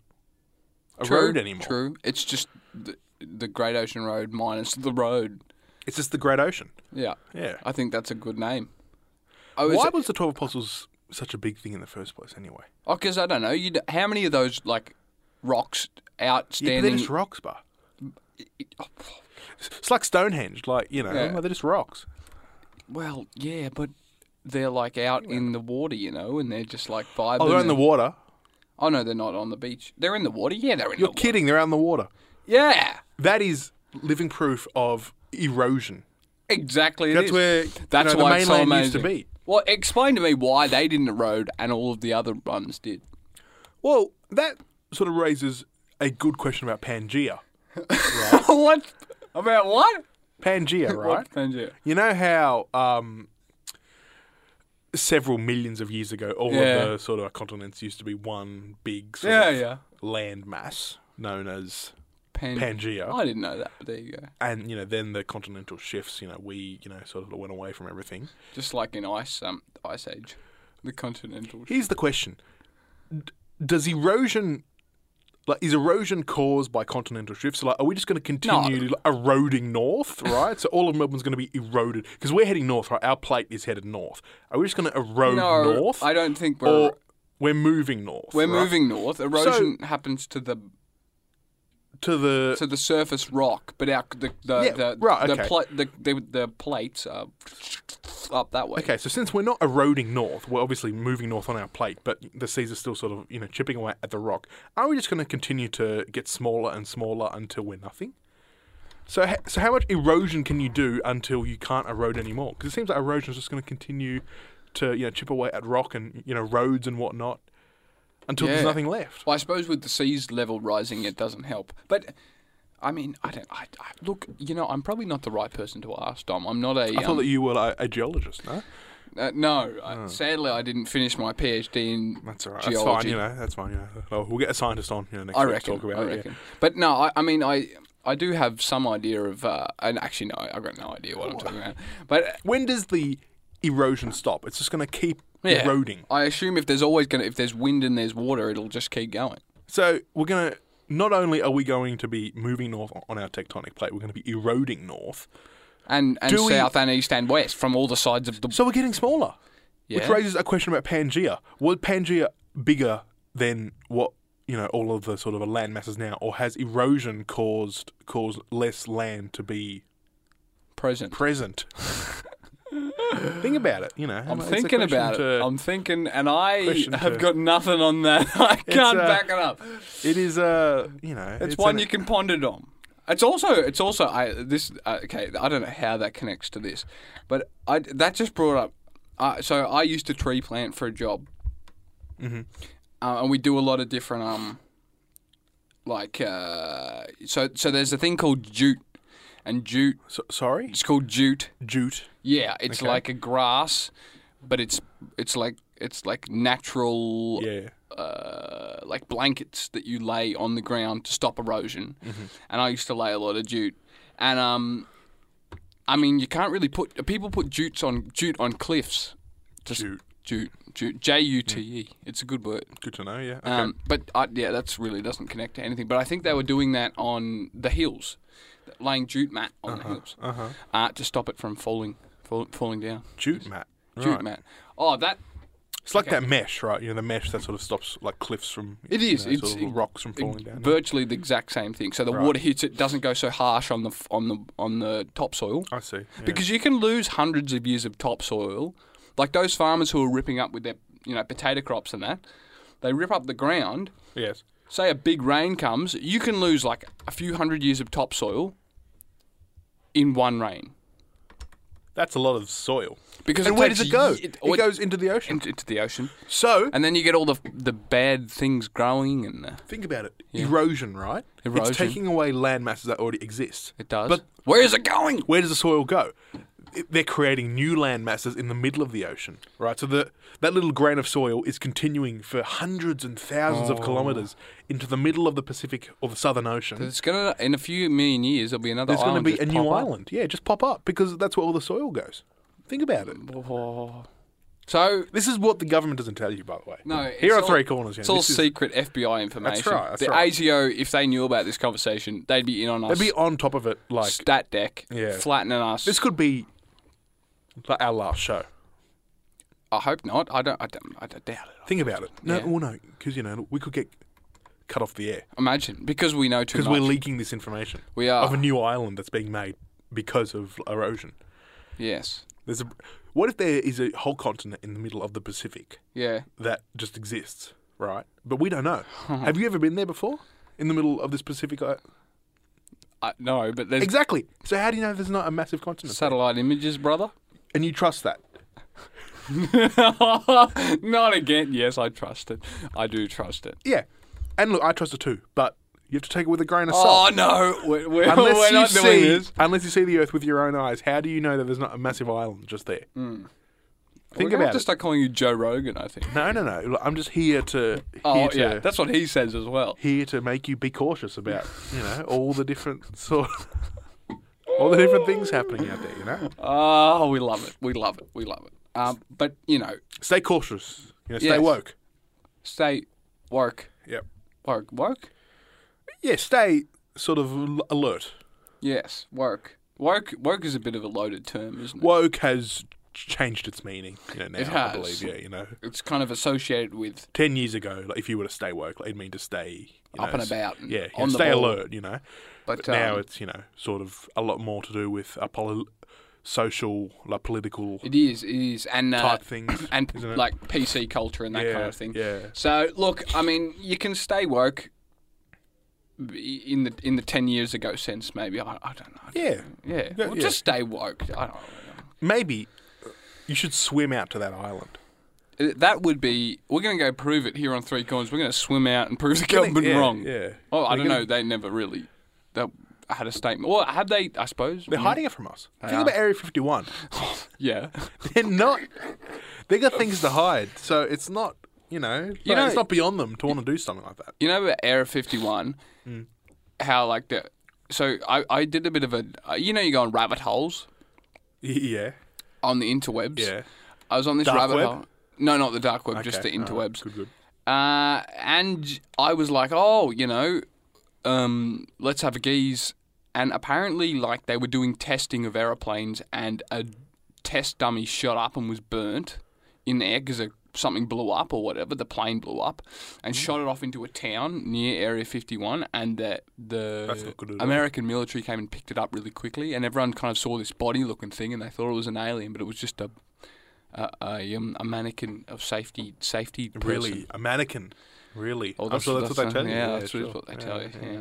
[SPEAKER 3] a
[SPEAKER 2] True,
[SPEAKER 3] road anymore.
[SPEAKER 2] True. It's just the, the Great Ocean Road minus the road.
[SPEAKER 3] It's just the Great Ocean.
[SPEAKER 2] Yeah.
[SPEAKER 3] Yeah.
[SPEAKER 2] I think that's a good name. Oh,
[SPEAKER 3] Why
[SPEAKER 2] is
[SPEAKER 3] was the Twelve Apostles such a big thing in the first place, anyway?
[SPEAKER 2] because Oh, I don't know. You how many of those like rocks
[SPEAKER 3] Yeah, but they're
[SPEAKER 2] outstanding?
[SPEAKER 3] just rocks, bar.
[SPEAKER 2] oh,
[SPEAKER 3] It's like Stonehenge, like you know,
[SPEAKER 2] Yeah.
[SPEAKER 3] like, they're just rocks.
[SPEAKER 2] well, yeah, but they're like out in the water, you know, and they're just like vibing.
[SPEAKER 3] Oh, they're in the
[SPEAKER 2] and-
[SPEAKER 3] water.
[SPEAKER 2] Oh no, they're not on the beach. They're in the water. Yeah, they're in
[SPEAKER 3] You're
[SPEAKER 2] the water.
[SPEAKER 3] kidding. They're out in the water.
[SPEAKER 2] Yeah,
[SPEAKER 3] That is living proof of erosion.
[SPEAKER 2] exactly. it
[SPEAKER 3] That's
[SPEAKER 2] is.
[SPEAKER 3] where you
[SPEAKER 2] that's
[SPEAKER 3] know, the
[SPEAKER 2] why it's so
[SPEAKER 3] mainland used to
[SPEAKER 2] amazing.
[SPEAKER 3] be.
[SPEAKER 2] Well, explain to me why they didn't erode and all of the other ones did.
[SPEAKER 3] Well, that sort of raises a good question about Pangea.
[SPEAKER 2] what about what?
[SPEAKER 3] Pangea, right?
[SPEAKER 2] Pangea.
[SPEAKER 3] you know how um, several millions of years ago, all
[SPEAKER 2] Yeah.
[SPEAKER 3] of the sort of continents used to be one big sort
[SPEAKER 2] Yeah,
[SPEAKER 3] of
[SPEAKER 2] yeah.
[SPEAKER 3] land mass known as
[SPEAKER 2] Pan-
[SPEAKER 3] Pangea.
[SPEAKER 2] I didn't know that. But there you go.
[SPEAKER 3] and you know, then the continental shifts. You know, we you know sort of went away from everything.
[SPEAKER 2] Just like in ice, um, ice age, the continental.
[SPEAKER 3] Here's the question: D- Does erosion, like, is erosion caused by continental shifts? Like, are we just going to continue eroding north, right? so all of Melbourne's going to be eroded because we're heading north, right? Our plate is headed north. Are we just going to erode
[SPEAKER 2] no,
[SPEAKER 3] north?
[SPEAKER 2] I don't think we're
[SPEAKER 3] Or we're moving north.
[SPEAKER 2] we're
[SPEAKER 3] right?
[SPEAKER 2] moving north. Erosion happens to the
[SPEAKER 3] to the.
[SPEAKER 2] to the surface rock, but our the the
[SPEAKER 3] Yeah,
[SPEAKER 2] the,
[SPEAKER 3] right,
[SPEAKER 2] the,
[SPEAKER 3] okay.
[SPEAKER 2] pla- the, the the plates are up that way.
[SPEAKER 3] Okay, so since we're not eroding north, we're obviously moving north on our plate, but the seas are still sort of you know chipping away at the rock. Are we just going to continue to get smaller and smaller until we're nothing? So, ha- so how much erosion can you do until you can't erode anymore? Because it seems like erosion is just going to continue to you know chip away at rock and you know roads and whatnot until
[SPEAKER 2] Yeah. Oh,
[SPEAKER 3] there's nothing left.
[SPEAKER 2] Well, I suppose with the seas level rising, it doesn't help. But I mean, I don't. I, I, look, you know, I'm probably not the right person to ask, Dom. I'm not a.
[SPEAKER 3] I thought
[SPEAKER 2] um,
[SPEAKER 3] that you were like, a geologist, no?
[SPEAKER 2] Uh, no, I, sadly, I didn't finish my PhD in
[SPEAKER 3] That's all right.
[SPEAKER 2] geology.
[SPEAKER 3] That's fine. You know, that's fine. You know, Oh, we'll get a scientist on you know next
[SPEAKER 2] I
[SPEAKER 3] week
[SPEAKER 2] reckon.
[SPEAKER 3] to talk about
[SPEAKER 2] I
[SPEAKER 3] it. yeah.
[SPEAKER 2] reckon. But no, I, I mean, I I do have some idea of, uh, and actually no, I've got no idea what I'm talking about. But
[SPEAKER 3] When does the erosion stop? It's just going to keep
[SPEAKER 2] yeah,
[SPEAKER 3] eroding.
[SPEAKER 2] I assume if there's always gonna, if there's wind and there's water, it'll just keep going.
[SPEAKER 3] So we're going to not only are we going to be moving north on our tectonic plate, we're going to be eroding north.
[SPEAKER 2] And and
[SPEAKER 3] Do we-
[SPEAKER 2] south and east and west from all the sides of the.
[SPEAKER 3] So we're getting smaller, which
[SPEAKER 2] Yeah.
[SPEAKER 3] raises a question about Pangea. Was Pangea bigger than what you know all of the sort of land masses now, or has erosion caused caused less land to be
[SPEAKER 2] present.
[SPEAKER 3] present? Think about it. You know,
[SPEAKER 2] I'm thinking about it. I'm thinking, and I
[SPEAKER 3] question
[SPEAKER 2] have
[SPEAKER 3] to-
[SPEAKER 2] got nothing on that. I can't
[SPEAKER 3] uh,
[SPEAKER 2] back it up.
[SPEAKER 3] It is uh, you know,
[SPEAKER 2] It's, one
[SPEAKER 3] an-
[SPEAKER 2] you can ponder on. It's also it's also I this uh, okay I don't know how that connects to this, but I that just brought up. Uh, so I used to tree plant for a job,
[SPEAKER 3] Mm-hmm.
[SPEAKER 2] uh, and we do a lot of different um, like uh, so so there's a thing called jute, and jute
[SPEAKER 3] So, sorry,
[SPEAKER 2] it's called jute.
[SPEAKER 3] jute.
[SPEAKER 2] Yeah, it's like a grass, but it's it's like it's like natural
[SPEAKER 3] Yeah.
[SPEAKER 2] uh, like blankets that you lay on the ground to stop erosion.
[SPEAKER 3] Mm-hmm.
[SPEAKER 2] And I used to lay a lot of jute. And um, I mean, you can't really put people put jutes on jute on cliffs. Just
[SPEAKER 3] Jute.
[SPEAKER 2] jute, jute, J U T E. It's a good word.
[SPEAKER 3] Good to know. Yeah. Okay.
[SPEAKER 2] Um, but I, yeah, that's really doesn't connect to anything. But I think they were doing that on the hills, laying jute mat on the hills
[SPEAKER 3] uh-huh.
[SPEAKER 2] uh, to stop it from falling, fall, falling down.
[SPEAKER 3] Jute mat.
[SPEAKER 2] Jute
[SPEAKER 3] Right.
[SPEAKER 2] mat. Oh, that
[SPEAKER 3] It's like that mesh, right? You know, the mesh that sort of stops like cliffs from.
[SPEAKER 2] It
[SPEAKER 3] you
[SPEAKER 2] is.
[SPEAKER 3] know,
[SPEAKER 2] It's-
[SPEAKER 3] sort of
[SPEAKER 2] it-
[SPEAKER 3] rocks from falling down. eh?
[SPEAKER 2] virtually the exact same thing. So the
[SPEAKER 3] Right.
[SPEAKER 2] water hits it, doesn't go so harsh on the f- on the on the topsoil
[SPEAKER 3] I see. Oh, yeah.
[SPEAKER 2] because you can lose hundreds of years of topsoil. Like those farmers who are ripping up with their you know potato crops and that, they rip up the ground.
[SPEAKER 3] yes.
[SPEAKER 2] Say a big rain comes, you can lose like a few hundred years of topsoil in one rain.
[SPEAKER 3] That's a lot of soil.
[SPEAKER 2] Because
[SPEAKER 3] And
[SPEAKER 2] it
[SPEAKER 3] where
[SPEAKER 2] takes
[SPEAKER 3] does it go?
[SPEAKER 2] ye-
[SPEAKER 3] It,
[SPEAKER 2] oh, it-
[SPEAKER 3] goes into the ocean.
[SPEAKER 2] into, into the ocean,
[SPEAKER 3] So
[SPEAKER 2] and then you get all the the bad things growing, and the,
[SPEAKER 3] think about it. Erosion, right?
[SPEAKER 2] Erosion.
[SPEAKER 3] It's taking away land masses that already exist.
[SPEAKER 2] it does.
[SPEAKER 3] But
[SPEAKER 2] where is it going?
[SPEAKER 3] where does the soil go? It- They're creating new land masses in the middle of the ocean, right? So the, that little grain of soil is continuing for hundreds and thousands
[SPEAKER 2] Oh.
[SPEAKER 3] of kilometers into the middle of the Pacific or the Southern Ocean.
[SPEAKER 2] It's gonna in a few million years there'll be another.
[SPEAKER 3] There's going to
[SPEAKER 2] island
[SPEAKER 3] be
[SPEAKER 2] just
[SPEAKER 3] a new
[SPEAKER 2] pop up.
[SPEAKER 3] island. Yeah, just pop up because that's where all the soil goes. Think about it.
[SPEAKER 2] So
[SPEAKER 3] This is what the government doesn't tell you, by the way.
[SPEAKER 2] no, it's
[SPEAKER 3] Here are
[SPEAKER 2] all-
[SPEAKER 3] three corners. you
[SPEAKER 2] It's
[SPEAKER 3] know,
[SPEAKER 2] all
[SPEAKER 3] this is-
[SPEAKER 2] secret FBI information.
[SPEAKER 3] right, that's
[SPEAKER 2] the
[SPEAKER 3] right.
[SPEAKER 2] ASIO, if they knew about this conversation, they'd be in on us.
[SPEAKER 3] They'd be on top of it. Like
[SPEAKER 2] stat deck,
[SPEAKER 3] Yeah.
[SPEAKER 2] flattening us.
[SPEAKER 3] this could be like our last show.
[SPEAKER 2] I hope not. I don't. I don't. I doubt it.
[SPEAKER 3] Think about it. No,
[SPEAKER 2] Yeah.
[SPEAKER 3] well, no, because you know we could get cut off the air
[SPEAKER 2] Imagine because we know too
[SPEAKER 3] because
[SPEAKER 2] much.
[SPEAKER 3] we're leaking this information
[SPEAKER 2] We
[SPEAKER 3] of a
[SPEAKER 2] are.
[SPEAKER 3] new island that's being made because of erosion.
[SPEAKER 2] Yes.
[SPEAKER 3] There's a. What if there is a whole continent in the middle of the Pacific
[SPEAKER 2] Yeah.
[SPEAKER 3] that just exists, right? But we don't know. Have you ever been there before? In the middle of this Pacific o-
[SPEAKER 2] I, no, but there's
[SPEAKER 3] Exactly. So how do you know there's not a massive continent?
[SPEAKER 2] satellite images, brother.
[SPEAKER 3] And you trust that?
[SPEAKER 2] not again. Yes, I trust it. I do trust it.
[SPEAKER 3] Yeah. And look, I trust it too, but you have to take it with a grain of
[SPEAKER 2] Oh
[SPEAKER 3] salt.
[SPEAKER 2] no, we're, we're,
[SPEAKER 3] unless
[SPEAKER 2] we're
[SPEAKER 3] you
[SPEAKER 2] not
[SPEAKER 3] see,
[SPEAKER 2] doing this.
[SPEAKER 3] unless you see the Earth with your own eyes, how do you know that there's not a massive island just there?
[SPEAKER 2] Mm.
[SPEAKER 3] Think
[SPEAKER 2] We're gonna have
[SPEAKER 3] about
[SPEAKER 2] to
[SPEAKER 3] it.
[SPEAKER 2] start calling you Joe Rogan, I think.
[SPEAKER 3] No, no, no. Look, I'm just here to here
[SPEAKER 2] Oh
[SPEAKER 3] to
[SPEAKER 2] yeah, that's what he says as well.
[SPEAKER 3] here to make you be cautious about you know all the different sort, all the different things happening out there. You know,
[SPEAKER 2] Oh, we love it, we love it, we love it. Um, but you know,
[SPEAKER 3] stay cautious. You know, stay
[SPEAKER 2] Yes.
[SPEAKER 3] woke.
[SPEAKER 2] stay woke,
[SPEAKER 3] Yep.
[SPEAKER 2] woke, woke.
[SPEAKER 3] Yeah, stay sort of al- alert.
[SPEAKER 2] Yes, woke, woke, woke is a bit of a loaded term, isn't it?
[SPEAKER 3] woke has changed its meaning. You know, now
[SPEAKER 2] It
[SPEAKER 3] I
[SPEAKER 2] has.
[SPEAKER 3] believe, yeah, you know,
[SPEAKER 2] It's kind of associated with
[SPEAKER 3] ten years ago, like, if you were to stay woke, like, it'd mean to stay you
[SPEAKER 2] Up
[SPEAKER 3] know,
[SPEAKER 2] and
[SPEAKER 3] s-
[SPEAKER 2] about and
[SPEAKER 3] Yeah, you know,
[SPEAKER 2] on the
[SPEAKER 3] stay
[SPEAKER 2] ball.
[SPEAKER 3] alert. You know,
[SPEAKER 2] But,
[SPEAKER 3] now
[SPEAKER 2] um,
[SPEAKER 3] it's you know sort of a lot more to do with a poli- social, like political
[SPEAKER 2] it is, it is, and uh,
[SPEAKER 3] type things,
[SPEAKER 2] and
[SPEAKER 3] isn't it?
[SPEAKER 2] like PC culture and that
[SPEAKER 3] yeah,
[SPEAKER 2] kind of thing.
[SPEAKER 3] Yeah,
[SPEAKER 2] So look, I mean, you can stay woke b- in the in the ten years ago sense, maybe. I, I don't know.
[SPEAKER 3] yeah.
[SPEAKER 2] Yeah,
[SPEAKER 3] Yeah,
[SPEAKER 2] well,
[SPEAKER 3] yeah.
[SPEAKER 2] just stay woke. I don't know.
[SPEAKER 3] Maybe you should swim out to that island.
[SPEAKER 2] That would be. We're going to go prove it here on Three Corners. We're going to swim out and prove the government
[SPEAKER 3] yeah,
[SPEAKER 2] wrong.
[SPEAKER 3] Yeah.
[SPEAKER 2] Oh, I
[SPEAKER 3] They're
[SPEAKER 2] don't
[SPEAKER 3] gonna-
[SPEAKER 2] know. They never really. They had a statement. Well, had they? I suppose.
[SPEAKER 3] They're hiding it from us. Think
[SPEAKER 2] are.
[SPEAKER 3] about Area 51.
[SPEAKER 2] Yeah.
[SPEAKER 3] They're not. They got things to hide, so it's not. You know, like,
[SPEAKER 2] know-
[SPEAKER 3] it's not beyond them to want to do something like that. Mm.
[SPEAKER 2] You know about Area Fifty One? How like the so I, I did a bit of a uh, you know you go on rabbit holes
[SPEAKER 3] Yeah.
[SPEAKER 2] on the interwebs.
[SPEAKER 3] Yeah.
[SPEAKER 2] I was on this
[SPEAKER 3] Dark
[SPEAKER 2] rabbit
[SPEAKER 3] web?
[SPEAKER 2] hole. No, not the dark web, just the
[SPEAKER 3] Okay, alright,
[SPEAKER 2] interwebs.
[SPEAKER 3] good, good.
[SPEAKER 2] Uh, and I was like, oh, you know, um, let's have a geese. And apparently, like, they were doing testing of aeroplanes, and a test dummy shot up and was burnt in the air because something blew up or whatever. The plane blew up
[SPEAKER 3] Mm-hmm.
[SPEAKER 2] and shot it off into a town near Area 51. And the,
[SPEAKER 3] That's
[SPEAKER 2] the
[SPEAKER 3] not good at all.
[SPEAKER 2] American military came and picked it up really quickly. And everyone kind of saw this body looking thing, and they thought it was an alien, but it was just a. A, a, um, a mannequin of safety, safety. Person.
[SPEAKER 3] Really, a mannequin. Really.
[SPEAKER 2] Oh,
[SPEAKER 3] I'm sure that's, what they tell you.
[SPEAKER 2] Yeah, that's
[SPEAKER 3] sure.
[SPEAKER 2] what they tell you. Yeah.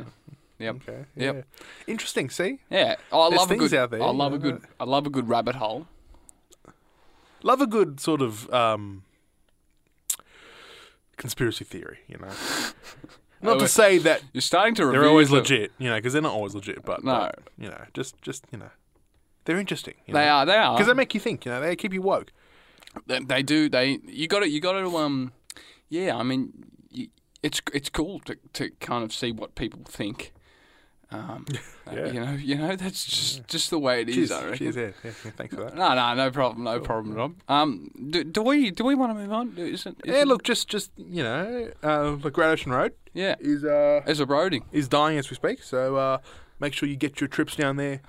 [SPEAKER 2] Yep.
[SPEAKER 3] Okay.
[SPEAKER 2] Yep.
[SPEAKER 3] Yeah. Interesting. See,
[SPEAKER 2] Yeah. Oh, I
[SPEAKER 3] There's
[SPEAKER 2] love a
[SPEAKER 3] things
[SPEAKER 2] good.
[SPEAKER 3] out there,
[SPEAKER 2] I
[SPEAKER 3] you
[SPEAKER 2] love a
[SPEAKER 3] know.
[SPEAKER 2] good. I love a good rabbit hole.
[SPEAKER 3] love a good sort of um, conspiracy theory. You know, not to
[SPEAKER 2] Oh, wait.
[SPEAKER 3] say that
[SPEAKER 2] You're starting to.
[SPEAKER 3] they're
[SPEAKER 2] review
[SPEAKER 3] always
[SPEAKER 2] the-
[SPEAKER 3] legit. You know, because they're not always legit. But
[SPEAKER 2] No.
[SPEAKER 3] but, you know, just just you know, they're interesting. You
[SPEAKER 2] They are. They are.
[SPEAKER 3] Because they make you think. You know, they keep you woke.
[SPEAKER 2] They, they do. They. You got to. You got to. Um. Yeah. I mean, you, it's it's cool to to kind of see what people think. Um.
[SPEAKER 3] Yeah.
[SPEAKER 2] You know. You know. That's just just the way it is.
[SPEAKER 3] Cheers.
[SPEAKER 2] I reckon.
[SPEAKER 3] Cheers. Yeah, yeah, yeah, Thanks for that.
[SPEAKER 2] No, no, no problem, no problem, Rob. Um, do, do we do we want to move on? Do- Is it, is
[SPEAKER 3] Yeah,
[SPEAKER 2] it-
[SPEAKER 3] look, just just you know, uh, the Great Ocean Road
[SPEAKER 2] yeah,
[SPEAKER 3] is uh
[SPEAKER 2] as a roading.
[SPEAKER 3] is dying as we speak. So uh, make sure you get your trips down there.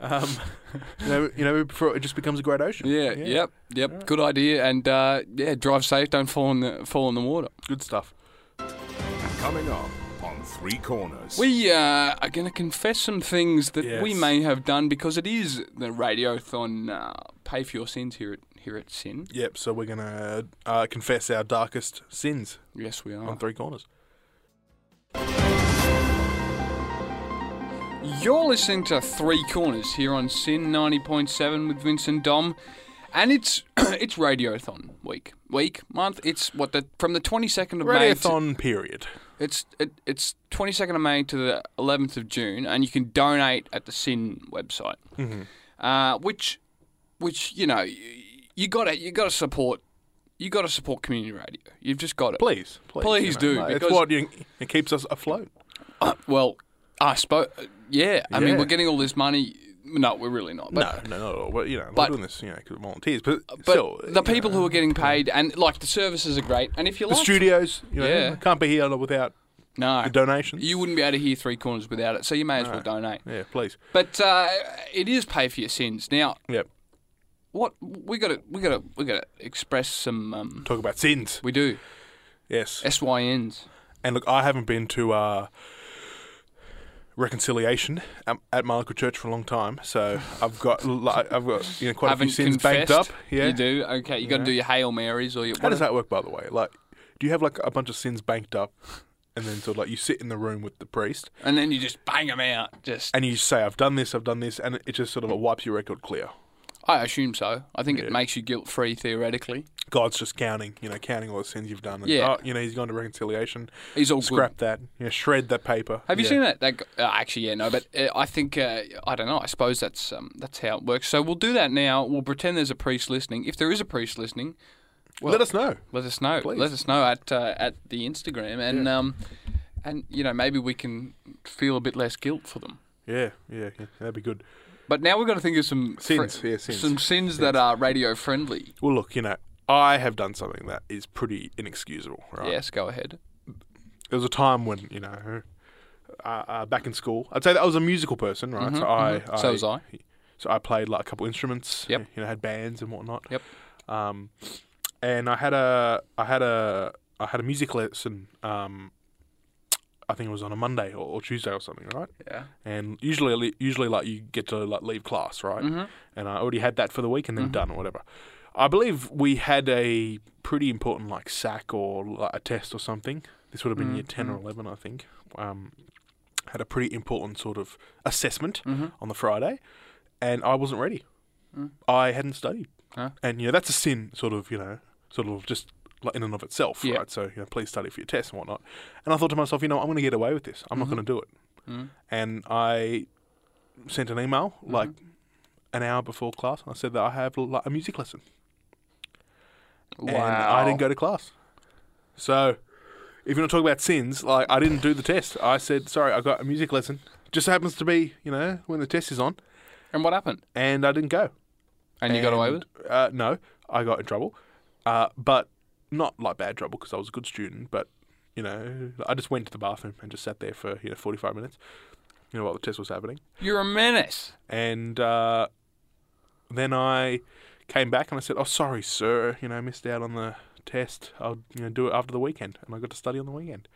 [SPEAKER 3] Um, you know, you know, before it just becomes a great ocean.
[SPEAKER 2] Yeah, yep, yep. Good idea. And uh, yeah, drive safe. Don't fall in the fall in the water.
[SPEAKER 3] Good stuff.
[SPEAKER 1] Coming up on Three Corners.
[SPEAKER 2] We uh, are going to confess some things that we
[SPEAKER 3] Yes.
[SPEAKER 2] may have done because it is the radiothon. Uh, pay for your sins here at here at Sin.
[SPEAKER 3] Yep. So we're gonna uh, confess our darkest sins
[SPEAKER 2] Yes, we are.
[SPEAKER 3] on Three Corners.
[SPEAKER 2] You're listening to Three Corners here on Sin ninety point seven with Vincent Dom, and it's it's radiothon week, week, month. It's what the from the twenty second of May. to-
[SPEAKER 3] Radiothon period.
[SPEAKER 2] It's it, it's 22nd of May to the 11th of June, and you can donate at the Sin website,
[SPEAKER 3] Mm-hmm.
[SPEAKER 2] uh, which which you know you, you got to you got to support you got to support community radio. You've just got it.
[SPEAKER 3] Please, please,
[SPEAKER 2] Please do, because-
[SPEAKER 3] it's what you, it keeps us afloat.
[SPEAKER 2] Well, I suppose yeah. I mean,
[SPEAKER 3] Yeah.
[SPEAKER 2] we're getting all this money. No, we're really not. But,
[SPEAKER 3] No, no, no. no. We're, you know,
[SPEAKER 2] but-
[SPEAKER 3] we're doing this, you know, 'cause we're volunteers. But,
[SPEAKER 2] But
[SPEAKER 3] still,
[SPEAKER 2] the people who are getting paid and like the services are great. And if you
[SPEAKER 3] uh, the
[SPEAKER 2] like,
[SPEAKER 3] studios, you know,
[SPEAKER 2] Yeah.
[SPEAKER 3] can't be here without
[SPEAKER 2] no
[SPEAKER 3] the donations.
[SPEAKER 2] You wouldn't be able to hear three corners without it, so you may as well donate.
[SPEAKER 3] yeah, please.
[SPEAKER 2] But uh, it is pay for your sins. Now,
[SPEAKER 3] Yep.
[SPEAKER 2] what we got to we got to we got to express some um,
[SPEAKER 3] Talk about sins.
[SPEAKER 2] we do
[SPEAKER 3] Yes.
[SPEAKER 2] Eh. SYNs.
[SPEAKER 3] And look, I haven't been to uh, reconciliation at, at my local church for a long time, so I've got li- I've got you know quite
[SPEAKER 2] Haven't
[SPEAKER 3] a few sins
[SPEAKER 2] confessed.
[SPEAKER 3] banked up. Yeah.
[SPEAKER 2] You do. Okay, you got to do your Hail Marys or your
[SPEAKER 3] How does that work, by the way? Like, do you have like a bunch of sins banked up, and then sort of like you sit in the room with the priest
[SPEAKER 2] and then you just bang them out. Just
[SPEAKER 3] and you say, "I've done this, I've done this," and it just sort of like wipes your record clear.
[SPEAKER 2] I assume so. I think it makes you guilt free theoretically.
[SPEAKER 3] God's just counting, you know, counting all the sins you've done. And,
[SPEAKER 2] Yeah.
[SPEAKER 3] oh, you know, he's gone to reconciliation.
[SPEAKER 2] He's all good.
[SPEAKER 3] Scrap that. You know, shred that paper.
[SPEAKER 2] Have you
[SPEAKER 3] Yeah.
[SPEAKER 2] seen that? that g- uh, actually, yeah, no, but uh, I think uh, I don't know. I suppose that's um, that's how it works. So we'll do that now. We'll pretend there's a priest listening. If there is a priest listening,
[SPEAKER 3] Let us know.
[SPEAKER 2] let us know.
[SPEAKER 3] Please.
[SPEAKER 2] Let us know at uh, at the Instagram, and um, and you know maybe we can feel a bit less guilt for them.
[SPEAKER 3] Yeah, yeah, yeah. That'd be good.
[SPEAKER 2] But now we're going to think of some
[SPEAKER 3] Sins, yeah, sins.
[SPEAKER 2] some sins that are radio friendly.
[SPEAKER 3] Well, look, you know, I have done something that is pretty inexcusable, right?
[SPEAKER 2] Yes, go ahead.
[SPEAKER 3] There was a time when, you know, uh, uh, back in school, I'd say that I was a musical person, right? so I, I,
[SPEAKER 2] Mm-hmm, So was I.
[SPEAKER 3] So I played like a couple instruments.
[SPEAKER 2] Yep.
[SPEAKER 3] You know, had bands and whatnot.
[SPEAKER 2] Yep.
[SPEAKER 3] Um, and I had a, I had a, I had a music lesson. Um, I think it was on a Monday or, or Tuesday or something, right?
[SPEAKER 2] Yeah.
[SPEAKER 3] and usually usually like you get to like leave class right and i already had that for the week and then done or whatever i believe we had a pretty important like sack or like a test or something this would have been year 10 or 11 i think um, had a pretty important sort of assessment
[SPEAKER 2] Mm-hmm.
[SPEAKER 3] on the friday and i wasn't ready i hadn't studied
[SPEAKER 2] Mm. Huh.
[SPEAKER 3] and you know that's a sin sort of you know sort of just like in and of itself
[SPEAKER 2] Yeah.
[SPEAKER 3] right so you know please study for your tests and whatnot and i thought to myself you know i'm going to get away with this i'm
[SPEAKER 2] Mm-hmm.
[SPEAKER 3] not going to do it
[SPEAKER 2] Mm.
[SPEAKER 3] and I sent an email
[SPEAKER 2] Mm-hmm.
[SPEAKER 3] like an hour before class, and I said that I have like, a music lesson, and I didn't go to class. So, if you want to talk about sins, like I didn't do the test. I said, "Sorry, I got a music lesson. Just happens to be, you know, when the test is on,
[SPEAKER 2] And what happened?
[SPEAKER 3] and I didn't go.
[SPEAKER 2] And you got away with it?
[SPEAKER 3] Uh, no, I got in trouble, uh, but not like bad trouble because I was a good student. But you know, I just went to the bathroom and just sat there for you know forty five minutes, you know, while the test was happening.
[SPEAKER 2] You're a menace.
[SPEAKER 3] And uh, then I came back and I said, "Oh, sorry, sir. You know, I missed out on the test. I'll you know do it after the weekend." And I got to study on the weekend.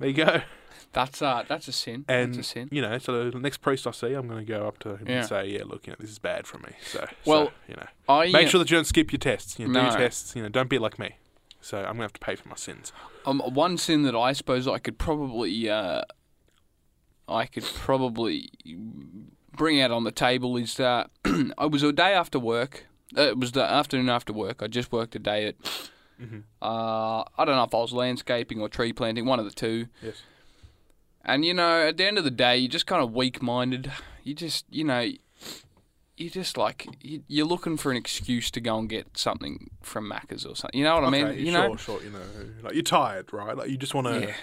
[SPEAKER 3] There you go.
[SPEAKER 2] That's uh, that's a sin.
[SPEAKER 3] And
[SPEAKER 2] that's a sin.
[SPEAKER 3] you know, so the next priest I see, I'm going to go up to him
[SPEAKER 2] Yeah.
[SPEAKER 3] and say, "Yeah, look, you know, this is bad for me." So, so,
[SPEAKER 2] Well,
[SPEAKER 3] you know.
[SPEAKER 2] I uh,
[SPEAKER 3] Make sure that you don't skip your tests. You know, Do
[SPEAKER 2] No.
[SPEAKER 3] your tests. You know, don't be like me. So I'm gonna have to pay for my sins.
[SPEAKER 2] Um, one sin that I suppose I could probably, uh, I could probably bring out on the table is that it was a day after work. Uh, it was the afternoon after work. I just worked a day at,
[SPEAKER 3] Mm-hmm.
[SPEAKER 2] uh, I don't know if I was landscaping or tree planting, one of the two.
[SPEAKER 3] Yes.
[SPEAKER 2] And you know, at the end of the day, you're just kind of weak-minded. You just, you know, you just like you- you're looking for an excuse to go and get something from Macca's or something. You know what I mean?
[SPEAKER 3] okay,
[SPEAKER 2] You
[SPEAKER 3] sure,
[SPEAKER 2] know,
[SPEAKER 3] sure. You know, like you're tired, right? Like you just want to
[SPEAKER 2] yeah.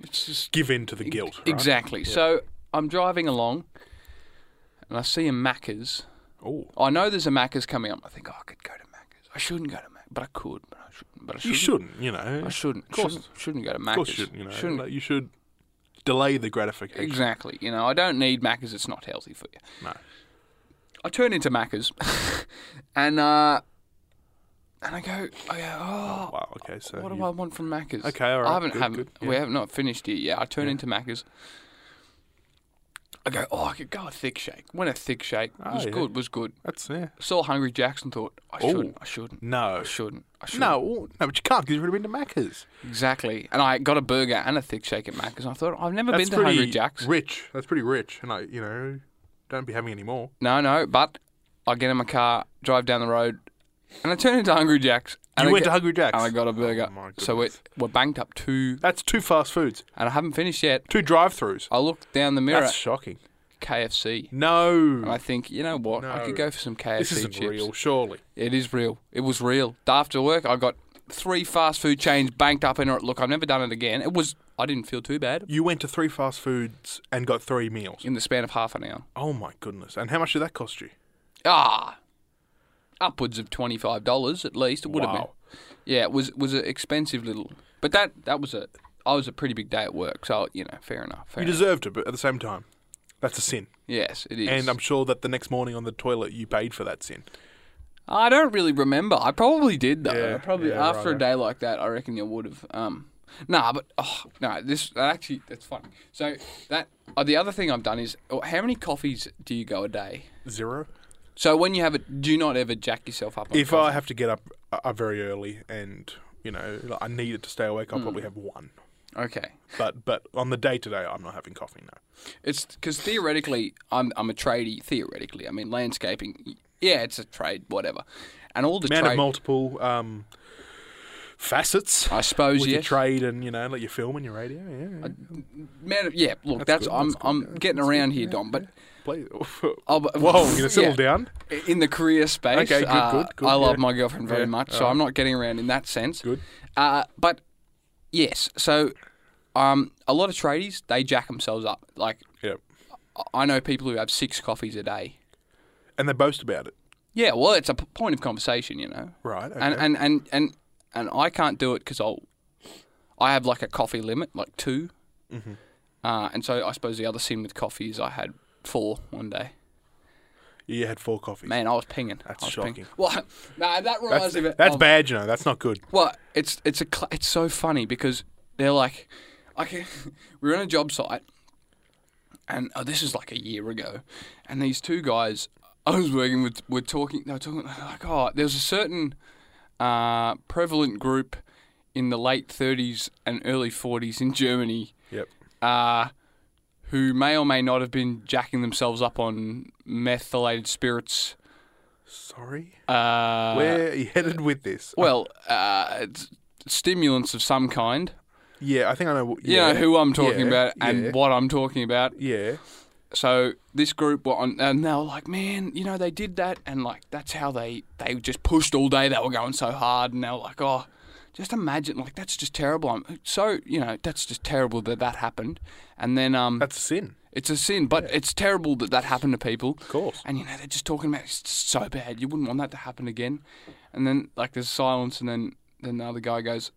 [SPEAKER 2] It's just
[SPEAKER 3] give in to the guilt. Right?
[SPEAKER 2] Exactly. So I'm driving along and I see a Macca's.
[SPEAKER 3] Oh,
[SPEAKER 2] I know there's a Macca's coming up. I think oh, I could go to Macca's. I shouldn't go to Macca's, but I could. But I shouldn't. But I
[SPEAKER 3] you
[SPEAKER 2] shouldn't.
[SPEAKER 3] shouldn't. You know,
[SPEAKER 2] I shouldn't.
[SPEAKER 3] course.
[SPEAKER 2] Shouldn't, shouldn't go to Macca's.
[SPEAKER 3] Of course, you shouldn't. You know,
[SPEAKER 2] Shouldn't.
[SPEAKER 3] Like, you should delay the gratification.
[SPEAKER 2] Exactly. You know, I don't need Macca's. It's not healthy for you.
[SPEAKER 3] No.
[SPEAKER 2] I turn into Macca's and uh, and I go, I go, oh,
[SPEAKER 3] Wow. Okay. So
[SPEAKER 2] what do
[SPEAKER 3] you-
[SPEAKER 2] I want from Macca's?
[SPEAKER 3] Okay, all right,
[SPEAKER 2] I haven't,
[SPEAKER 3] good,
[SPEAKER 2] haven't
[SPEAKER 3] good,
[SPEAKER 2] we
[SPEAKER 3] yeah.
[SPEAKER 2] have not finished it yet. I turn into Macca's. I go, oh, I could go a thick shake. Went a thick shake.
[SPEAKER 3] Ah,
[SPEAKER 2] was
[SPEAKER 3] yeah.
[SPEAKER 2] good, was good.
[SPEAKER 3] that's yeah.
[SPEAKER 2] Saw Hungry Jacks and thought, I
[SPEAKER 3] Ooh.
[SPEAKER 2] shouldn't, I shouldn't,
[SPEAKER 3] No.
[SPEAKER 2] I shouldn't, I shouldn't.
[SPEAKER 3] No. oh, No. But you can't because you've already been to Macca's.
[SPEAKER 2] Exactly. And I got a burger and a thick shake at Macca's. And I thought, I've never
[SPEAKER 3] That's
[SPEAKER 2] been to
[SPEAKER 3] pretty
[SPEAKER 2] Hungry Jacks.
[SPEAKER 3] rich. That's pretty rich. And I, you know, don't be having any more.
[SPEAKER 2] no, no, but I get in my car, drive down the road, and I turn into Hungry Jacks. And
[SPEAKER 3] you
[SPEAKER 2] I
[SPEAKER 3] went
[SPEAKER 2] get-
[SPEAKER 3] to Hungry Jack's. Oh
[SPEAKER 2] And I got a burger.
[SPEAKER 3] my
[SPEAKER 2] so we're,
[SPEAKER 3] goodness.
[SPEAKER 2] we're banked up two,
[SPEAKER 3] that's two fast foods,
[SPEAKER 2] and I haven't finished yet.
[SPEAKER 3] two drive-throughs.
[SPEAKER 2] I looked down the mirror
[SPEAKER 3] That's shocking.
[SPEAKER 2] at KFC. And I
[SPEAKER 3] No,
[SPEAKER 2] think, you know what? I could
[SPEAKER 3] No.
[SPEAKER 2] go for some KFC
[SPEAKER 3] this isn't
[SPEAKER 2] chips.
[SPEAKER 3] real. Surely.
[SPEAKER 2] It is real. It was real. After work, I got three fast food chains banked up in it. Look, I've never done it again. It was. I didn't feel too bad
[SPEAKER 3] You went to three fast foods and got three meals.
[SPEAKER 2] in the span of half an hour.
[SPEAKER 3] Oh my goodness! And how much did that cost you?
[SPEAKER 2] Ah, upwards of twenty five dollars at least. It would have
[SPEAKER 3] Wow.
[SPEAKER 2] been. Yeah, it was was an expensive little. But that that was a. I was a pretty big day at work, so you know, fair enough. Fair
[SPEAKER 3] You
[SPEAKER 2] enough.
[SPEAKER 3] deserved it, but at the same time, that's a sin.
[SPEAKER 2] yes, it is.
[SPEAKER 3] And um, I'm sure that the next morning on the toilet, you paid for that sin.
[SPEAKER 2] I don't really remember. I probably did though.
[SPEAKER 3] Yeah,
[SPEAKER 2] I probably
[SPEAKER 3] yeah,
[SPEAKER 2] after a
[SPEAKER 3] right.
[SPEAKER 2] day like that, I reckon you would have. Um, nah, but oh no, this that actually that's funny. So that uh, the other thing I've done is oh, how many coffees do you go a day?
[SPEAKER 3] Zero.
[SPEAKER 2] So when you have it, do not ever jack yourself up. On
[SPEAKER 3] If
[SPEAKER 2] coffee.
[SPEAKER 3] I have to get up uh, very early and you know like, I need it to stay awake, I'll probably have one.
[SPEAKER 2] okay,
[SPEAKER 3] But but on the day to day, I'm not having coffee. No.
[SPEAKER 2] it's because theoretically, I'm I'm a tradie. Theoretically, I mean landscaping. Yeah, it's a trade, whatever. And all the
[SPEAKER 3] Man of
[SPEAKER 2] trade,
[SPEAKER 3] multiple um, facets.
[SPEAKER 2] I suppose
[SPEAKER 3] with your
[SPEAKER 2] yes.
[SPEAKER 3] trade and you know like your film and your radio. Yeah. yeah.
[SPEAKER 2] Man of, yeah, look, that's,
[SPEAKER 3] good,
[SPEAKER 2] I'm
[SPEAKER 3] that's good,
[SPEAKER 2] I'm
[SPEAKER 3] yeah,
[SPEAKER 2] getting around here, Dom, but.
[SPEAKER 3] Play.
[SPEAKER 2] Oh, but-
[SPEAKER 3] Whoa, you gonna settle
[SPEAKER 2] yeah.
[SPEAKER 3] down?
[SPEAKER 2] in the career space.
[SPEAKER 3] Okay, good,
[SPEAKER 2] uh,
[SPEAKER 3] good, good,
[SPEAKER 2] I love
[SPEAKER 3] yeah.
[SPEAKER 2] my girlfriend very
[SPEAKER 3] Yeah,
[SPEAKER 2] much, so I'm not getting around in that sense.
[SPEAKER 3] Good.
[SPEAKER 2] Uh, but yes, so um, a lot of tradies they jack themselves up. Like
[SPEAKER 3] Yep.
[SPEAKER 2] I- I know people who have six coffees a day.
[SPEAKER 3] And they boast about it.
[SPEAKER 2] Yeah, well, it's a p- point of conversation, you know.
[SPEAKER 3] Right. Okay.
[SPEAKER 2] And and and and and I can't do it because I'll I have like a coffee limit, like 2
[SPEAKER 3] Mm-hmm.
[SPEAKER 2] Uh, and so I suppose the other sin with coffee is I had four one day.
[SPEAKER 3] you had four coffees.
[SPEAKER 2] Man, I was pinging.
[SPEAKER 3] That's
[SPEAKER 2] I was Pinging.
[SPEAKER 3] shocking.
[SPEAKER 2] Well, nah, that reminds
[SPEAKER 3] that's,
[SPEAKER 2] me. of- Oh,
[SPEAKER 3] that's
[SPEAKER 2] of-
[SPEAKER 3] bad, you know. That's not good.
[SPEAKER 2] Well, it's it's a cl- it's so funny because they're like, okay, we were on a job site, and oh, this is like a year ago, and these two guys I was working with were talking. They were talking they're like, oh, there's a certain uh, prevalent group in the late 30s and early 40s in Germany
[SPEAKER 3] Yep.
[SPEAKER 2] uh, who may or may not have been jacking themselves up on methylated spirits.
[SPEAKER 3] Sorry.
[SPEAKER 2] Uh,
[SPEAKER 3] Where are you headed with this?
[SPEAKER 2] Well, uh, it's stimulants of some kind.
[SPEAKER 3] yeah, I think I know. What,
[SPEAKER 2] you
[SPEAKER 3] yeah,
[SPEAKER 2] know who I'm talking
[SPEAKER 3] yeah,
[SPEAKER 2] about and
[SPEAKER 3] yeah,
[SPEAKER 2] what I'm talking about.
[SPEAKER 3] yeah.
[SPEAKER 2] So this group were on, and they were like, man, you know, they did that, and like that's how they they just pushed all day. They were going so hard, and they were like, oh, just imagine, like that's just terrible. I'm so you know that's just terrible that that happened, and then um,
[SPEAKER 3] That's a sin.
[SPEAKER 2] It's a sin, but it's terrible that that happened to people. Of
[SPEAKER 3] course.
[SPEAKER 2] And you know they're just talking about it's so bad. You wouldn't want that to happen again. And then like there's silence, and then then the other guy goes,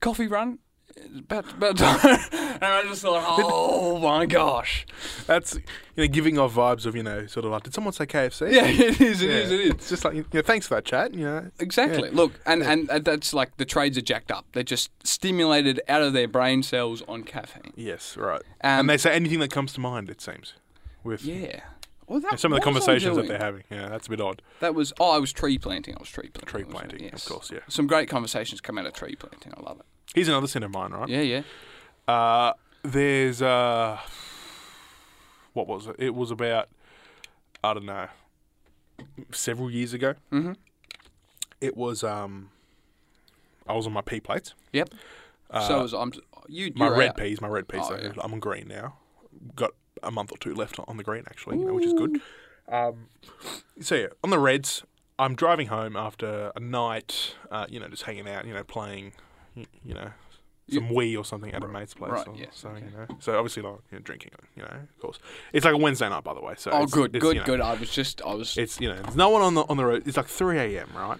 [SPEAKER 2] "Coffee run." It's About, about time. and I just thought, oh my gosh.
[SPEAKER 3] That's you know giving off vibes of you know sort of like did someone say KFC?
[SPEAKER 2] Yeah, it is, it
[SPEAKER 3] Yeah.
[SPEAKER 2] is, it is.
[SPEAKER 3] It's just like you know, thanks for that chat. You know,
[SPEAKER 2] Exactly. Look, and, and and that's like the trades are jacked up. They're just stimulated out of their brain cells on caffeine.
[SPEAKER 3] Yes, right.
[SPEAKER 2] Um,
[SPEAKER 3] and they say anything that comes to mind. It seems with
[SPEAKER 2] Yeah. Well, that,
[SPEAKER 3] some of the
[SPEAKER 2] what was I
[SPEAKER 3] conversations that
[SPEAKER 2] doing?
[SPEAKER 3] they're having. Yeah, that's a bit odd.
[SPEAKER 2] That was oh, I was tree planting. I was tree planting.
[SPEAKER 3] Tree
[SPEAKER 2] wasn't it?
[SPEAKER 3] planting, of course, yeah.
[SPEAKER 2] Some great conversations come out of tree planting. I love it.
[SPEAKER 3] Here's another sin of mine, right?
[SPEAKER 2] Yeah, yeah.
[SPEAKER 3] Uh, there's uh, what was it? It was about I don't know, several years ago.
[SPEAKER 2] Mhm.
[SPEAKER 3] It was um, I was on my pea plates.
[SPEAKER 2] Yep.
[SPEAKER 3] Uh,
[SPEAKER 2] so was, I'm oh, you.
[SPEAKER 3] my
[SPEAKER 2] you're
[SPEAKER 3] red
[SPEAKER 2] out.
[SPEAKER 3] peas, my red peas.
[SPEAKER 2] Oh,
[SPEAKER 3] so
[SPEAKER 2] yeah.
[SPEAKER 3] I'm on green now. Got a month or two left on the green actually, you know, which is good. Um, so yeah, on the reds, I'm driving home after a night, uh, you know, just hanging out, you know, playing, y- you know, some Wii or something at a mate's place.
[SPEAKER 2] right,
[SPEAKER 3] or
[SPEAKER 2] yes,
[SPEAKER 3] something,
[SPEAKER 2] okay.
[SPEAKER 3] you know. So obviously, like, you know, drinking, you know, of course. It's like a Wednesday night, by the way. So
[SPEAKER 2] Oh,
[SPEAKER 3] it's-
[SPEAKER 2] good,
[SPEAKER 3] it's,
[SPEAKER 2] good,
[SPEAKER 3] you know,
[SPEAKER 2] good. I was just, I was
[SPEAKER 3] It's you know, there's no one on the on the road. It's like 3 a.m. Right?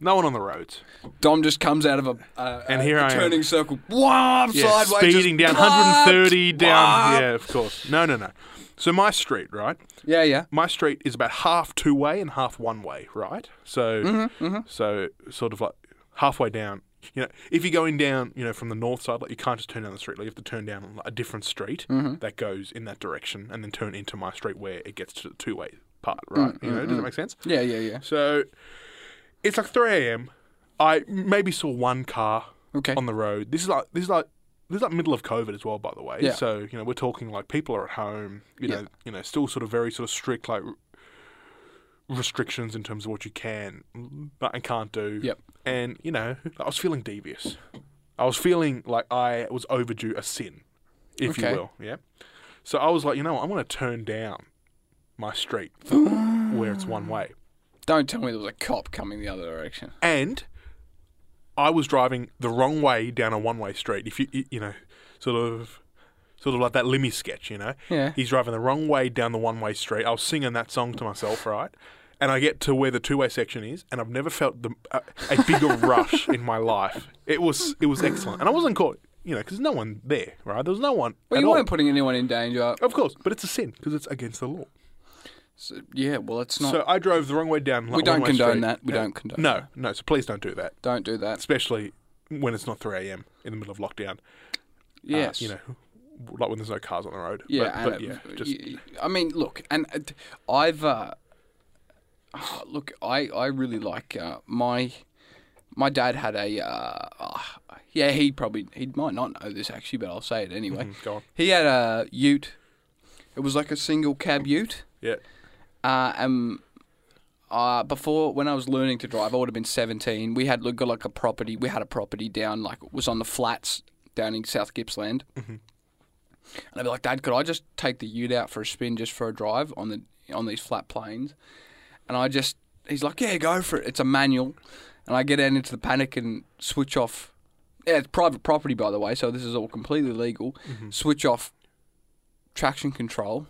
[SPEAKER 3] No one on the roads.
[SPEAKER 2] Dom just comes out of a, a
[SPEAKER 3] And
[SPEAKER 2] a
[SPEAKER 3] here I am.
[SPEAKER 2] turning circle, Wah,
[SPEAKER 3] Yeah,
[SPEAKER 2] sideways,
[SPEAKER 3] speeding
[SPEAKER 2] just,
[SPEAKER 3] down 130
[SPEAKER 2] "What?
[SPEAKER 3] down.
[SPEAKER 2] What?"
[SPEAKER 3] Yeah, of course. No, no, no. So my street, right?
[SPEAKER 2] yeah, yeah.
[SPEAKER 3] My street is about half two way and half one way, right? So,
[SPEAKER 2] Mm-hmm,
[SPEAKER 3] so sort of like halfway down. You know, if you're going down, you know, from the north side, like you can't just turn down the street. Like you have to turn down a different street
[SPEAKER 2] Mm-hmm.
[SPEAKER 3] that goes in that direction, and then turn into my street where it gets to the two way part,
[SPEAKER 2] Mm,
[SPEAKER 3] right? you know, does that make sense?
[SPEAKER 2] Yeah, yeah, yeah.
[SPEAKER 3] So it's like 3 a.m. I maybe saw one car
[SPEAKER 2] Okay.
[SPEAKER 3] on the road. This is like this is like this is like middle of COVID as well, by the way.
[SPEAKER 2] Yeah.
[SPEAKER 3] So you know we're talking like people are at home. You know,
[SPEAKER 2] Yeah.
[SPEAKER 3] you know, still sort of very sort of strict like r- restrictions in terms of what you can but- and can't do.
[SPEAKER 2] Yep.
[SPEAKER 3] And you know, I was feeling devious. I was feeling like I was overdue a sin, if
[SPEAKER 2] Okay.
[SPEAKER 3] you will. Yeah. So I was like, you know, what, I'm going to turn down my street where it's one way.
[SPEAKER 2] Don't tell me there was a cop coming the other direction.
[SPEAKER 3] and I was driving the wrong way down a one-way street. If you you you know, sort of, sort of like that Limmy sketch, you know.
[SPEAKER 2] Yeah.
[SPEAKER 3] He's driving the wrong way down the one-way street. I was singing that song to myself, right? And I get to where the two-way section is, and I've never felt the, a, a bigger rush in my life. It was it was excellent, and I wasn't caught, you know, because no one there, right? There was no one.
[SPEAKER 2] Well,
[SPEAKER 3] at
[SPEAKER 2] you
[SPEAKER 3] all.
[SPEAKER 2] weren't putting anyone in danger.
[SPEAKER 3] Of course, but it's a sin because it's against the law.
[SPEAKER 2] So, yeah, well, it's not.
[SPEAKER 3] So I drove the wrong way down.
[SPEAKER 2] we don't condone that. We
[SPEAKER 3] don't.
[SPEAKER 2] don't condone.
[SPEAKER 3] No, no. So please don't do that.
[SPEAKER 2] Don't do that.
[SPEAKER 3] especially when it's not 3 a.m. in the middle of lockdown. Uh,
[SPEAKER 2] Yes.
[SPEAKER 3] you know, like when there's no cars on the road.
[SPEAKER 2] Yeah,
[SPEAKER 3] but, but
[SPEAKER 2] and
[SPEAKER 3] yeah,
[SPEAKER 2] it- uh,
[SPEAKER 3] just
[SPEAKER 2] y- I mean, look, and it- I've uh, ah, look, I I really like uh, my my dad had a uh, ah, yeah, he probably he might not know this actually, but I'll say it anyway.
[SPEAKER 3] mm, go on.
[SPEAKER 2] He had a Ute. It was like a single cab Ute.
[SPEAKER 3] Yeah,
[SPEAKER 2] Uh, and uh, before when I was learning to drive, I would have been seventeen. We had got like a property. We had a property down like it was on the flats down in South Gippsland. And I'd be like, Dad, could I just take the Ute out for a spin, just for a drive on the on these flat plains? And I just, he's like, Yeah, go for it. It's a manual. And I get out into the panic and switch off. Yeah, it's private property, by the way, so this is all completely legal.
[SPEAKER 3] Mm-hmm.
[SPEAKER 2] Switch off traction control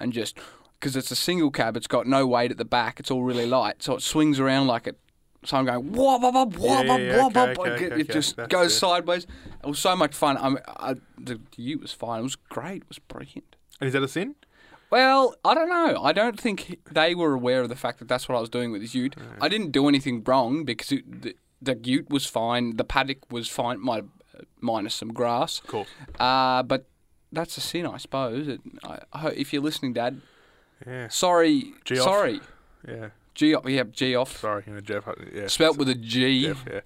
[SPEAKER 2] and just because it's a single cab, it's got no weight at the back. It's all really light, so it swings around like it. So I'm going whoop, whoop, whoop, whoop,
[SPEAKER 3] yeah, yeah,
[SPEAKER 2] whoop,
[SPEAKER 3] okay,
[SPEAKER 2] whoop.
[SPEAKER 3] okay,
[SPEAKER 2] It-
[SPEAKER 3] okay,
[SPEAKER 2] It just
[SPEAKER 3] that's
[SPEAKER 2] goes
[SPEAKER 3] it.
[SPEAKER 2] sideways. It was so much fun. I, mean, I the Ute was fine. It was great. It was brilliant.
[SPEAKER 3] and is that a sin?
[SPEAKER 2] Well, I don't know. I don't think he- they were aware of the fact that that's what I was doing with his Ute. I didn't do anything wrong because it, the, the Ute was fine. The paddock was fine, my, minus some grass.
[SPEAKER 3] Cool.
[SPEAKER 2] Uh, but that's a sin, I suppose. It, I, I, hope- if you're listening, Dad,
[SPEAKER 3] Yeah,
[SPEAKER 2] sorry,
[SPEAKER 3] G off.
[SPEAKER 2] sorry,
[SPEAKER 3] yeah.
[SPEAKER 2] G off, yeah, G off,
[SPEAKER 3] Sorry, you know, Jeff. I- Yeah,
[SPEAKER 2] spelt with a G.
[SPEAKER 3] Jeff. Yeah.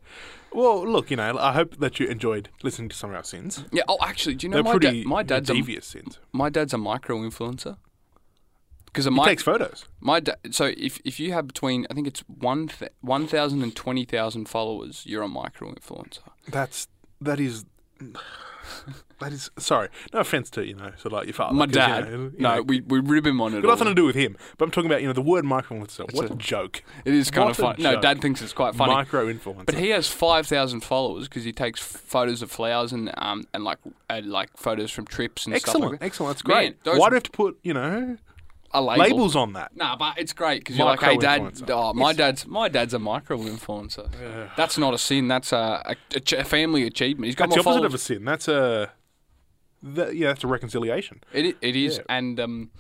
[SPEAKER 3] Well, look, you know, I hope that you enjoyed listening to some of our sins.
[SPEAKER 2] Yeah. Oh, actually, do you know
[SPEAKER 3] They're
[SPEAKER 2] my da-
[SPEAKER 3] pretty
[SPEAKER 2] my dad's a,
[SPEAKER 3] devious sins.
[SPEAKER 2] my dad's a micro influencer because a
[SPEAKER 3] He
[SPEAKER 2] mic-
[SPEAKER 3] takes photos.
[SPEAKER 2] My da- so if if you have between I think it's one th- one thousand and twenty thousand followers, you're a micro influencer.
[SPEAKER 3] That's that is. That is sorry. No offense to you know, so like your father.
[SPEAKER 2] My
[SPEAKER 3] 'cause,
[SPEAKER 2] dad.
[SPEAKER 3] You know, you
[SPEAKER 2] no,
[SPEAKER 3] know,
[SPEAKER 2] we, we rib him on it.
[SPEAKER 3] got
[SPEAKER 2] All.
[SPEAKER 3] nothing to do with him. But I'm talking about you know the word micro influencer. What
[SPEAKER 2] a-
[SPEAKER 3] a, joke.
[SPEAKER 2] It is kind of
[SPEAKER 3] What a
[SPEAKER 2] funny. No,
[SPEAKER 3] joke.
[SPEAKER 2] Dad thinks it's quite funny.
[SPEAKER 3] Micro influencer.
[SPEAKER 2] But he has five thousand followers because he takes photos of flowers and um and like and like photos from trips and
[SPEAKER 3] excellent,
[SPEAKER 2] stuff. Like that.
[SPEAKER 3] excellent. That's
[SPEAKER 2] Man,
[SPEAKER 3] great.
[SPEAKER 2] those-
[SPEAKER 3] Why do we have to put you know
[SPEAKER 2] A label.
[SPEAKER 3] labels on that?
[SPEAKER 2] Nah, but it's great because you're like, hey, Dad,
[SPEAKER 3] Micro-influencer.
[SPEAKER 2] oh, my dad's my dad's a micro influencer. That's not a sin. That's a, a, a ch- a family achievement. He's got
[SPEAKER 3] That's the
[SPEAKER 2] more
[SPEAKER 3] opposite
[SPEAKER 2] followers.
[SPEAKER 3] of a sin. That's a that, yeah. That's a reconciliation.
[SPEAKER 2] It i- it is, and um,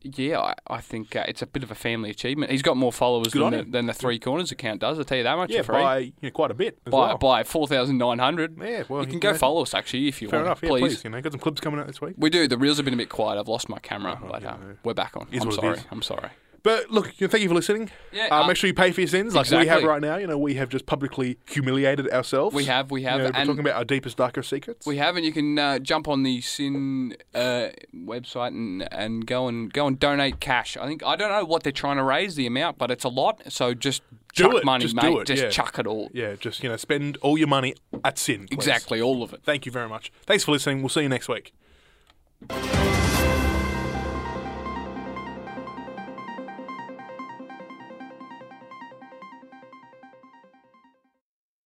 [SPEAKER 2] yeah, I, I think uh, it's a bit of a family achievement. He's got more followers
[SPEAKER 3] Good
[SPEAKER 2] than
[SPEAKER 3] on
[SPEAKER 2] the,
[SPEAKER 3] him.
[SPEAKER 2] than the Three Corners account does. I tell you that much
[SPEAKER 3] Yeah,
[SPEAKER 2] for free.
[SPEAKER 3] by you know, quite a bit. As
[SPEAKER 2] by,
[SPEAKER 3] well.
[SPEAKER 2] by four thousand nine hundred.
[SPEAKER 3] Yeah, well,
[SPEAKER 2] you
[SPEAKER 3] you
[SPEAKER 2] can
[SPEAKER 3] can
[SPEAKER 2] go
[SPEAKER 3] make-
[SPEAKER 2] follow us actually if you
[SPEAKER 3] Fair
[SPEAKER 2] want.
[SPEAKER 3] enough. Yeah, please. You know, got some clips coming out this week.
[SPEAKER 2] We do. The reels have been a bit quiet. I've lost my camera, but uh, we're back on.
[SPEAKER 3] Oh, Is
[SPEAKER 2] I'm
[SPEAKER 3] what it
[SPEAKER 2] sorry.
[SPEAKER 3] is.
[SPEAKER 2] I'm sorry.
[SPEAKER 3] But look, you know, thank you for listening.
[SPEAKER 2] Yeah,
[SPEAKER 3] Uh,
[SPEAKER 2] uh,
[SPEAKER 3] make sure you pay for your sins, like we have
[SPEAKER 2] exactly.
[SPEAKER 3] right now. You know, we have just publicly humiliated ourselves.
[SPEAKER 2] We have, we
[SPEAKER 3] You
[SPEAKER 2] have,
[SPEAKER 3] know, we're
[SPEAKER 2] and-
[SPEAKER 3] talking about our deepest, darkest secrets.
[SPEAKER 2] We have, and you can uh, jump on the Sin uh, website and, and go and go and donate cash. I think I don't know what they're trying to raise the amount, but it's a lot. So just
[SPEAKER 3] Do
[SPEAKER 2] chuck
[SPEAKER 3] it.
[SPEAKER 2] money,
[SPEAKER 3] Just
[SPEAKER 2] mate.
[SPEAKER 3] do it,
[SPEAKER 2] just
[SPEAKER 3] yeah.
[SPEAKER 2] chuck it all.
[SPEAKER 3] yeah, just you know, spend all your money at sin. please.
[SPEAKER 2] exactly, all of it.
[SPEAKER 3] Thank you very much. Thanks for listening. We'll see you next week.